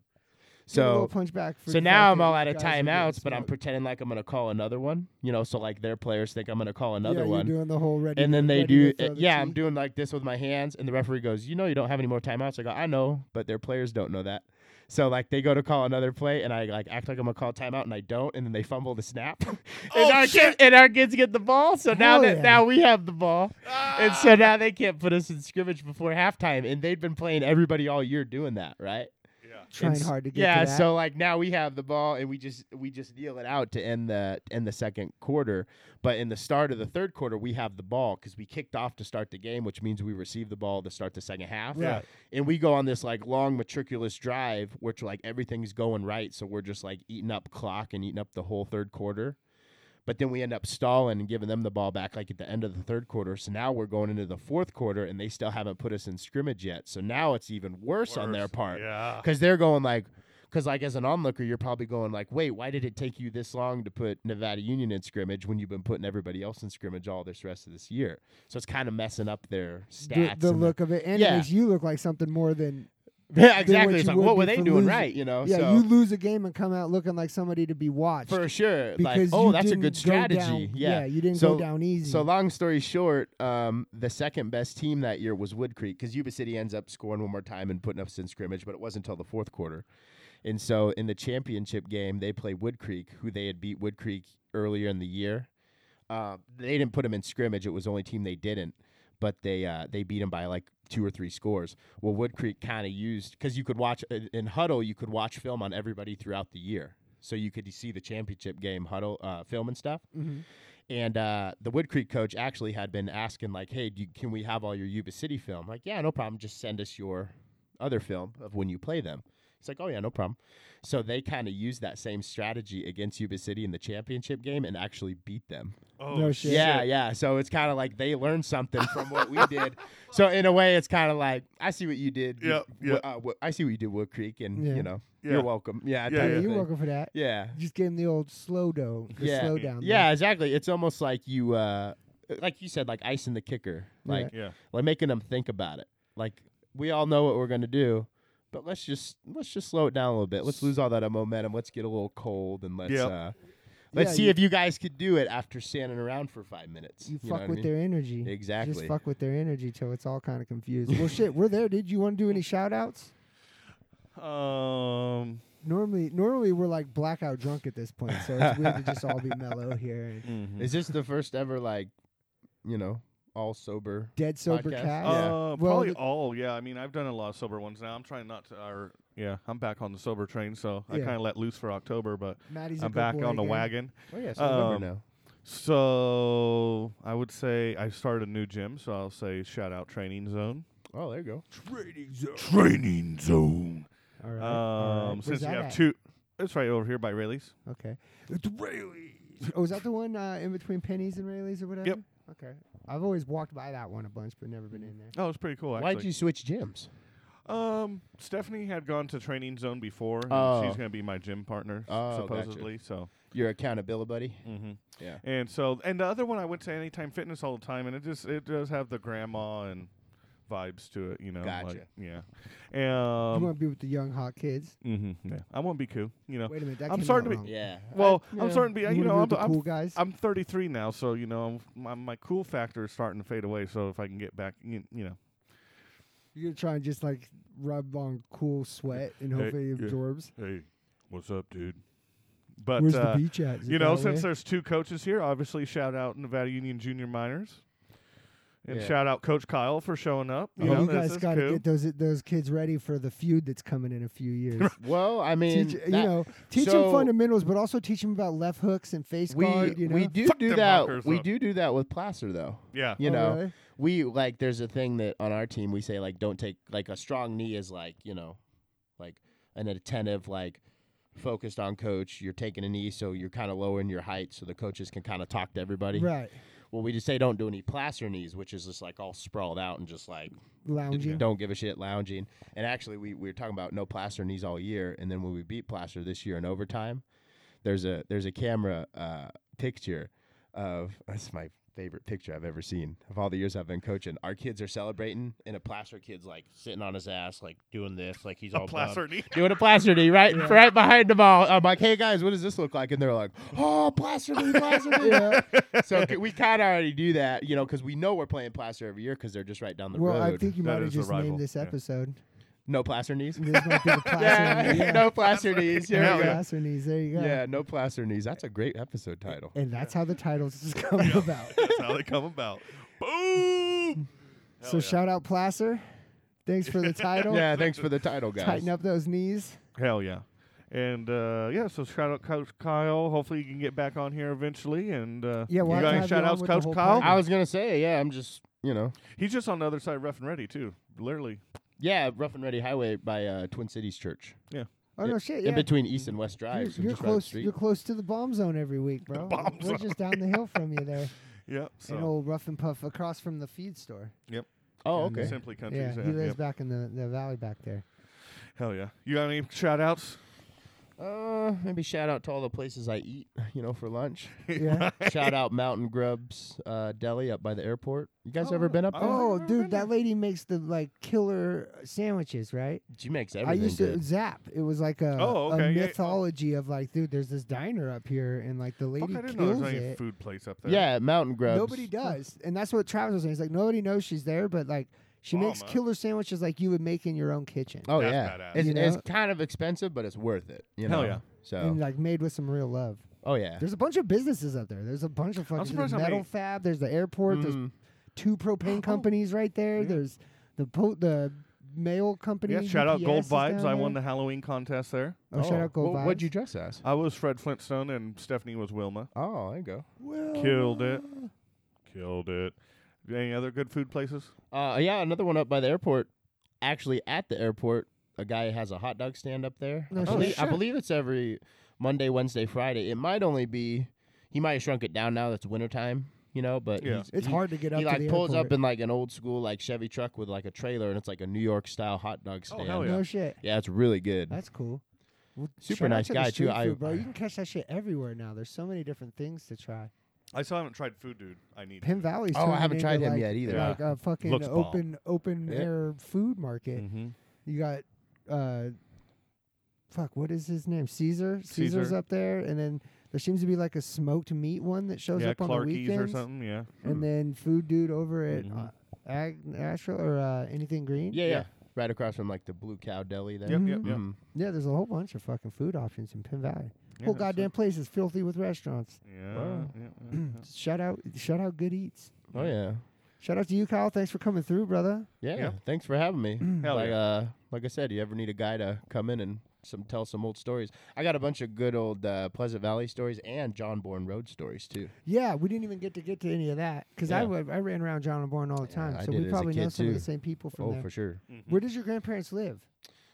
Give a little So punch back. For so the now fact I'm that all you out of guys are getting timeouts, but I'm smoked. pretending like I'm gonna call another one, you know. So like their players think I'm gonna call another yeah, one You're doing the whole ready. and then they do ready to uh, throw the yeah i'm cheek. doing like this with my hands and the referee goes you know you don't have any more timeouts i go i know but their players don't know that so like they go to call another play and i like act like i'm gonna call timeout and i don't and then they fumble the snap and, Oh, our shit. kids, and our kids get the ball so now Hell that yeah. Ah. now we have the ball Ah! and so now they can't put us in scrimmage before halftime and they've been playing everybody all year doing that right yeah. Yeah. trying It's- hard to get yeah to that. so like now we have the ball and we just we just kneel it out to end the end the second quarter but in the start of the third quarter we have the ball because we kicked off to start the game which means we receive the ball to start the second half Yeah. and we go on this like long matriculous drive which like everything's going right so we're just like eating up clock and eating up the whole third quarter but then we end up stalling and giving them the ball back like at the end of the third quarter so now we're going into the fourth quarter and they still haven't put us in scrimmage yet so now it's even worse, on their Worse. part Yeah. because they're going like because like as an onlooker you're probably going like wait why did it take you this long to put nevada union in scrimmage when you've been putting everybody else in scrimmage all this rest of this year so it's kind of messing up their the, stats the and look of it, and it Yeah. makes you look like something more than yeah exactly what it's you like would what were be they for doing losing. right you know yeah. Oh, so you lose a game and come out looking like somebody to be watched. for sure like because oh you that's a good didn't go down- strategy yeah you didn't so, go down easy. So long story short, um, the second best team that year was Wood Creek because Yuba City ends up scoring one more time and putting us in scrimmage, but it wasn't until the fourth quarter. And so in the championship game, they play Wood Creek, who they had beat Wood Creek earlier in the year. Uh, they didn't put them in scrimmage; it was the only team they didn't, but they uh, they beat them by like two or three scores. Well, Wood Creek kind of used because you could watch in, in huddle, you could watch film on everybody throughout the year, so you could see the championship game huddle uh, film and stuff. Mhm. And uh, the Wood Creek coach actually had been asking, like, hey, do you, can we have all your Yuba City film? Like, yeah, no problem. Just send us your other film of when you play them. It's like, oh, yeah, no problem. So they kind of used that same strategy against Yuba City in the championship game and actually beat them. Oh, No shit. Yeah, yeah. So it's kind of like they learned something from what we did. So in a way, it's kind of like, I see what you did. you- Yep, yep. Uh, Wo- I see what you did, Wood Creek, and, Yeah. you know, Yeah. you're welcome. Yeah, Yeah, yeah, type of you're thing. welcome for that. Yeah. Just gave him the old slow do, the Yeah. slow down. Yeah, exactly. It's almost like you, uh, like you said, like icing the kicker, Yeah. like Yeah. like making them think about it. Like we all know what we're gonna do, but let's just let's just slow it down a little bit. Let's lose all that uh, momentum. Let's get a little cold and let's Yep. uh, let's Yeah, see you- if you guys could do it after standing around for five minutes. You, know fuck what I with mean? their energy. Just Exactly. fuck with their energy till it's all kind of confused. well, shit, we're there. Did you want to do any shout outs? Um. Normally, normally we're like blackout drunk at this point, so it's weird to just all be mellow here. And Mm-hmm. Is this the first ever like, you know, all sober? dead sober Podcast? cast. Yeah. Uh, Well, probably the- all. Yeah, I mean, I've done a lot of sober ones now. I'm trying not to. Or, yeah, I'm back on the sober train, so I Yeah. kind of let loose for October, but Maddie's a I'm good back boy on the again. wagon. Oh yeah, so I Um, remember now. So I would say I started a new gym, so I'll say shout out Training Zone. Oh, there you go. Training Zone. Training Zone. All right. all right. Um, Where's since we that have at? two, it's right over here by Rayleigh's. Okay. It's Rayleigh's. Oh, is that the one uh, in between Pennies and Rayleigh's or whatever? Yep. Okay. I've always walked by that one a bunch, but never Mm. been in there. Oh, it's pretty cool. Actually. Why'd you switch gyms? Um, Stephanie had gone to Training Zone before. And Oh. She's gonna be my gym partner, Oh, gotcha. supposedly. So. Your accountability buddy. hmm Yeah. And so, and the other one I went to Anytime Fitness all the time, and it just it does have the grandma and vibes to it, you know. Gotcha. Like, you yeah. Um. want to be with the young hot kids? mhm, yeah. I want to be cool, you know. Wait a minute. That I'm came starting out to be- wrong. Yeah. Well, I- I'm yeah. starting to be, wanna you, know, be I'm, with the I'm, cool guys. I'm 33 now, so you know, I'm- my my cool factor is starting to fade away. So if I can get back, you, you know, You're trying to just like rub on cool sweat and Hey, hopefully it yeah. absorbs. hey, what's up, dude? But Where's uh, the beach at? Is it you know, that since way? there's two coaches here, obviously shout out Nevada Union Junior Minors, and Yeah. shout out Coach Kyle for showing up. you, know, know, Oh, you this guys is got to cool. get those those kids ready for the feud that's coming in a few years. Well, I mean, teach, you that- know, teach them so- fundamentals, but also teach them about left hooks and face we guard. You know, we do Fuck do them that. honkers, We though. do do that with placer though. yeah, You Oh, know, really? we like there's a thing that on our team we say like don't take like a strong knee is like you know, like an attentive like focused on coach. You're taking a knee, so you're kind of lowering your height, so the coaches can kind of talk to everybody. right, Well, we just say don't do any placer knees, which is just like all sprawled out and just like lounging. don't give a shit lounging. And actually, we, we were talking about no plaster knees all year, and then when we beat plaster this year in overtime, there's a there's a camera uh, picture of that's my favorite picture I've ever seen of all the years I've been coaching. Our kids are celebrating, and a plaster kid's like sitting on his ass, like doing this, like he's all bummed. placer knee. doing a plaster knee right right behind the ball. I'm like, hey guys, what does this look like? And they're like, oh, plaster knee, plaster knee. Yeah. So c- we kind of already do that, you know, because we know we're playing plaster every year because they're just right down the Well, road. I think you That might have is the just named rival, this yeah. episode. No plaster knees. This might be the placer Yeah, knee, yeah. no plaster knees. Here Yeah, we go. Placer knees. There you go. Yeah, no plaster knees. That's a great episode title. And that's how the titles is coming about. That's how they come about. Boom. so shout out Placer. Thanks for the title. yeah, thanks for the title, guys. Tighten up those knees. Hell yeah. And uh, yeah, so shout out Coach Kyle. Hopefully you can get back on here eventually. And uh, Yeah, we'll have you to got any have you shout on outs, with the Coach whole Kyle? party. I was gonna say, yeah, I'm just you know, He's just on the other side of Rough and Ready too, literally. yeah, Rough and Ready Highway by uh, Twin Cities Church, Oh Yeah, no shit! in Yeah, between East and West you're, Drives. so you're just right up the close. street. You're close to the bomb zone every week, bro. bomb We're zone, Oh. just down the hill from you there, Yep. an So old rough and puff across from the feed store. oh, down okay. simply yeah, countries. he lives yep. back in the, the valley back there. Hell yeah. You got any shout outs? Uh, maybe shout out to all the places I eat, you know, for lunch. Yeah. shout out Mountain Grubs uh, Deli up by the airport. You guys Oh, ever been up there? oh. oh, I've never been dude, there. that lady makes the like killer sandwiches, right? She makes everything I used to good. zap. It was like a, Oh, a okay, yeah, oh. mythology of like, dude, there's this diner up here, and like the Fuck, lady I didn't know there kills was any it. food place up there. Yeah, Mountain Grubs. Nobody does, and that's what Travis was saying. He's like, nobody knows she's there, but like, she makes Mama. killer sandwiches like you would make in your own kitchen, Oh That's yeah, badass. it's, You it's know? kind of expensive, but it's worth it. You Hell know? yeah. So and like made with some real love. oh yeah. There's a bunch of businesses up there. There's a bunch of fucking there's surprised how metal many- fab. There's the airport. There's Mm. Mhm. two propane companies right there. Yeah. There's the po- the mail company. Yeah, shout out UPS Gold is down Vibes. I won the there. Halloween contest there. Oh, shout out Gold Wha- Vibes. What'd you dress as? I was Fred Flintstone and Stephanie was Wilma. Oh, there you go. Killed it. Oh. Killed it. Any other good food places? Uh, yeah, another one up by the airport. Actually, at the airport, a guy has a hot dog stand up there. No I, shit. believe, I Sure. believe it's every Monday, Wednesday, Friday. It might only be. He might have shrunk it down now. That's wintertime, you know. But Yeah. he's- It's he- hard to get up. He to like the pulls up airport. in like an old school like Chevy truck with like a trailer, and it's like a New York style hot dog Oh, stand. hell yeah. No shit. Yeah, it's really good. That's cool. Well, shout Super out nice to the guy, too. street I- food, bro. You can catch that shit everywhere now. There's so many different things to try. I still haven't tried food, dude. I need. Penn Valley's. oh, I turning haven't into, tried him like, yet either. Yeah. Like a fucking Looks bomb. open open Yeah. air food market. Mm-hmm. You got uh fuck, what is his name? Caesar? Caesar's Caesar. up there and then there seems to be like a smoked meat one that shows Yeah, up on the Clarkies or weekends. something. Hmm. Yeah. And then food dude over at Mhm. uh, Ag- Asheville or uh, anything green. Yeah, yeah, Yeah. Right across from like the Blue Cow Deli there. Yep, yep, yep. Mhm. Yeah, there's a whole bunch of fucking food options in Penn Valley. Yeah, whole that's goddamn it. place is filthy with restaurants. Yeah. Wow. yeah, yeah, yeah. shout out shout out good eats. Oh yeah. Shout out to you, Kyle. Thanks for coming through, brother. Yeah, Yeah. thanks for having me. Hell like yeah. uh like I said, you ever need a guy to come in and some tell some old stories. I got a bunch of good old uh, Pleasant Valley stories and John Bourne Road stories too. Yeah, we didn't even get to get to any of that because I Yeah. wa- I ran around John and Bourne all the Yeah, time, I so did we as a probably know kid, some of the too. same people from oh, there. for sure. Where did your grandparents live?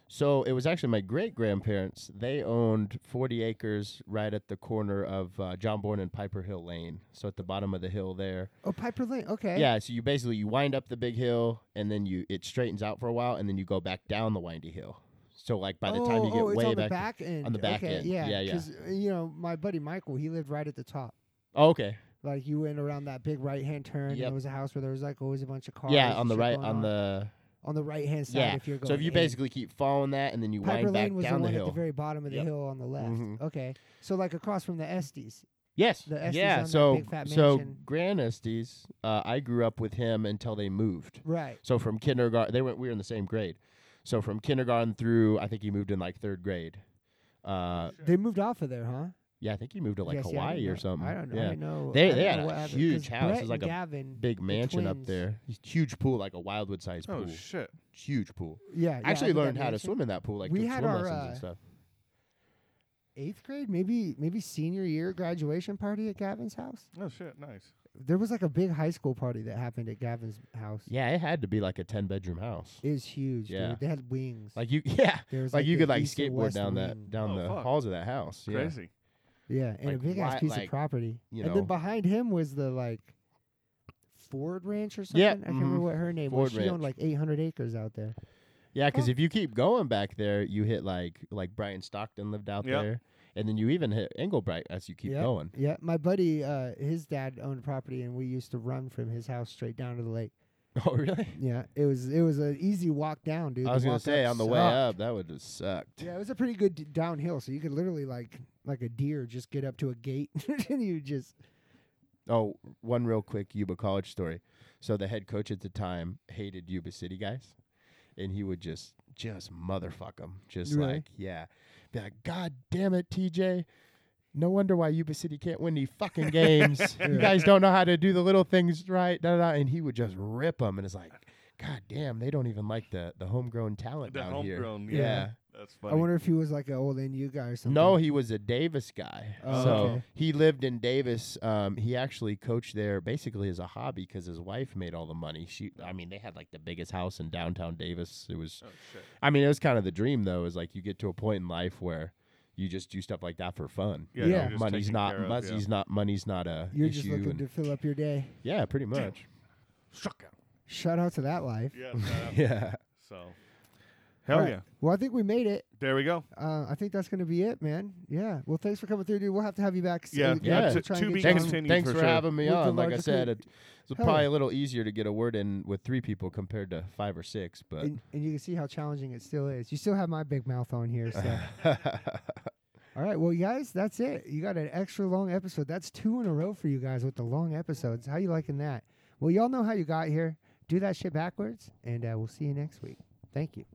So it was actually my great grandparents. They owned 40 acres right at the corner of uh, John Bourne and Piper Hill Lane. So at the bottom of the hill there. Oh, Piper Lane. Okay. Yeah. So you basically you wind up the big hill and then you it straightens out for a while and then you go back down the windy hill. So like by the time you get oh, it's way on back, the back end. on the back okay, end. Yeah. Yeah, yeah. Because you know my buddy Michael, he lived right at the top. Oh, okay. Like you went around that big right hand turn. and Yep. There was a house where there was like always a bunch of cars. yeah, and on the shit right going on the on the right hand side. Yeah. If you're going. So if you in. basically keep following that and then you Piper wind Lane back was down the one the, hill. at the very bottom of the Yep. hill on the left. Mhm. Okay. So like across from the Estes. yes. the Estes on yeah. that So big fat so mansion. Grand Estes, uh, I grew up with him until they moved. Right. So from kindergarten, they went. We were in the same grade. So from kindergarten through, I think he moved in like third grade. Uh, They moved off of there, huh? yeah, I think he moved to like Yeah, see, I Hawaii didn't or know- something. I don't know. I Yeah. didn't know. They- I they didn't had know a what happened, 'cause huge house. It Brett was like and a Gavin, Big the mansion up twins- there. Huge pool, like a Wildwood sized Oh pool. shit. Huge pool. Yeah. yeah, I actually remember that learned how to mansion. swim in that pool, like We took had swim our, lessons uh, and stuff. Eighth grade, maybe maybe senior year graduation party at Gavin's house. Oh shit. Nice. There was like a big high school party that happened at Gavin's house. Yeah, it had to be like a ten bedroom house. It was huge. Yeah. Dude. They had wings. Like you, yeah. there was Like, you the could like east and skateboard west down wing. that down Oh, the fuck. halls of that house. Yeah. Crazy. Yeah, and a like, big ass wide- piece of like, property. you and then know. behind him was the like Ford Ranch or something. Yeah, I can't remember mhm. what her name was. Ford She owned like Ranch. 800 acres out there. Yeah, because Huh. if you keep going back there, you hit like like Brian Stockton lived out Yep. there, and then you even hit Engelbright as you keep Yep. going. Yeah, my buddy, uh, his dad owned property, and we used to run from his house straight down to the lake. Oh, really? Yeah, it was it was an easy walk down, dude. I was going gonna to say on the way up that would have sucked. Yeah, it was a pretty good d- downhill, so you could literally like like a deer just get up to a gate and you just Oh, one real quick Yuba College story. So the head coach at the time hated Yuba City guys, and he would just just motherfuck them, just Really? like yeah, be like, God damn it, TJ. No wonder why Yuba City can't win any fucking games. Yeah. You guys don't know how to do the little things right. Da, da, da. And he would just rip them, and it's like, God damn, they don't even like the the homegrown talent The down homegrown, here. yeah. Yeah. That's I funny. wonder if he was like an old NU guy or something. No, he was a Davis guy. Oh, so okay. he lived in Davis. Um, he actually coached there basically as a hobby because his wife made all the money. She, I mean, they had like the biggest house in downtown Davis. It was, oh, shit. I mean, it was kind of the dream though. Is like you get to a point in life where you just do stuff like that for fun. Yeah, You know, you're just money's taken not care of, money's yeah. not money's not a You're issue. just looking and- to fill up your day. yeah, pretty much. Shock out. Shout out to that life. Yeah. that- yeah. so. Hell Alright. yeah. Well, I think we made it. There we go. Uh, I think that's going to be it, man. Yeah. Well, thanks for coming through, dude. We'll have to have you back. soon. Yeah, We'll yeah, have to- try to and be get you on. Thanks, continued. thanks for for sure. having me With the on. Like I larger said, group. it- it's Hell probably yeah. a little easier to get a word in with three people compared to five or six, but And, and you can see how challenging it still is. You still have my big mouth on here. So, all right, well, you guys, that's it. You got an extra long episode. That's two in a row for you guys with the long episodes. How you liking that? Well, y'all know how you got here. Do that shit backwards, and uh, we'll see you next week. Thank you.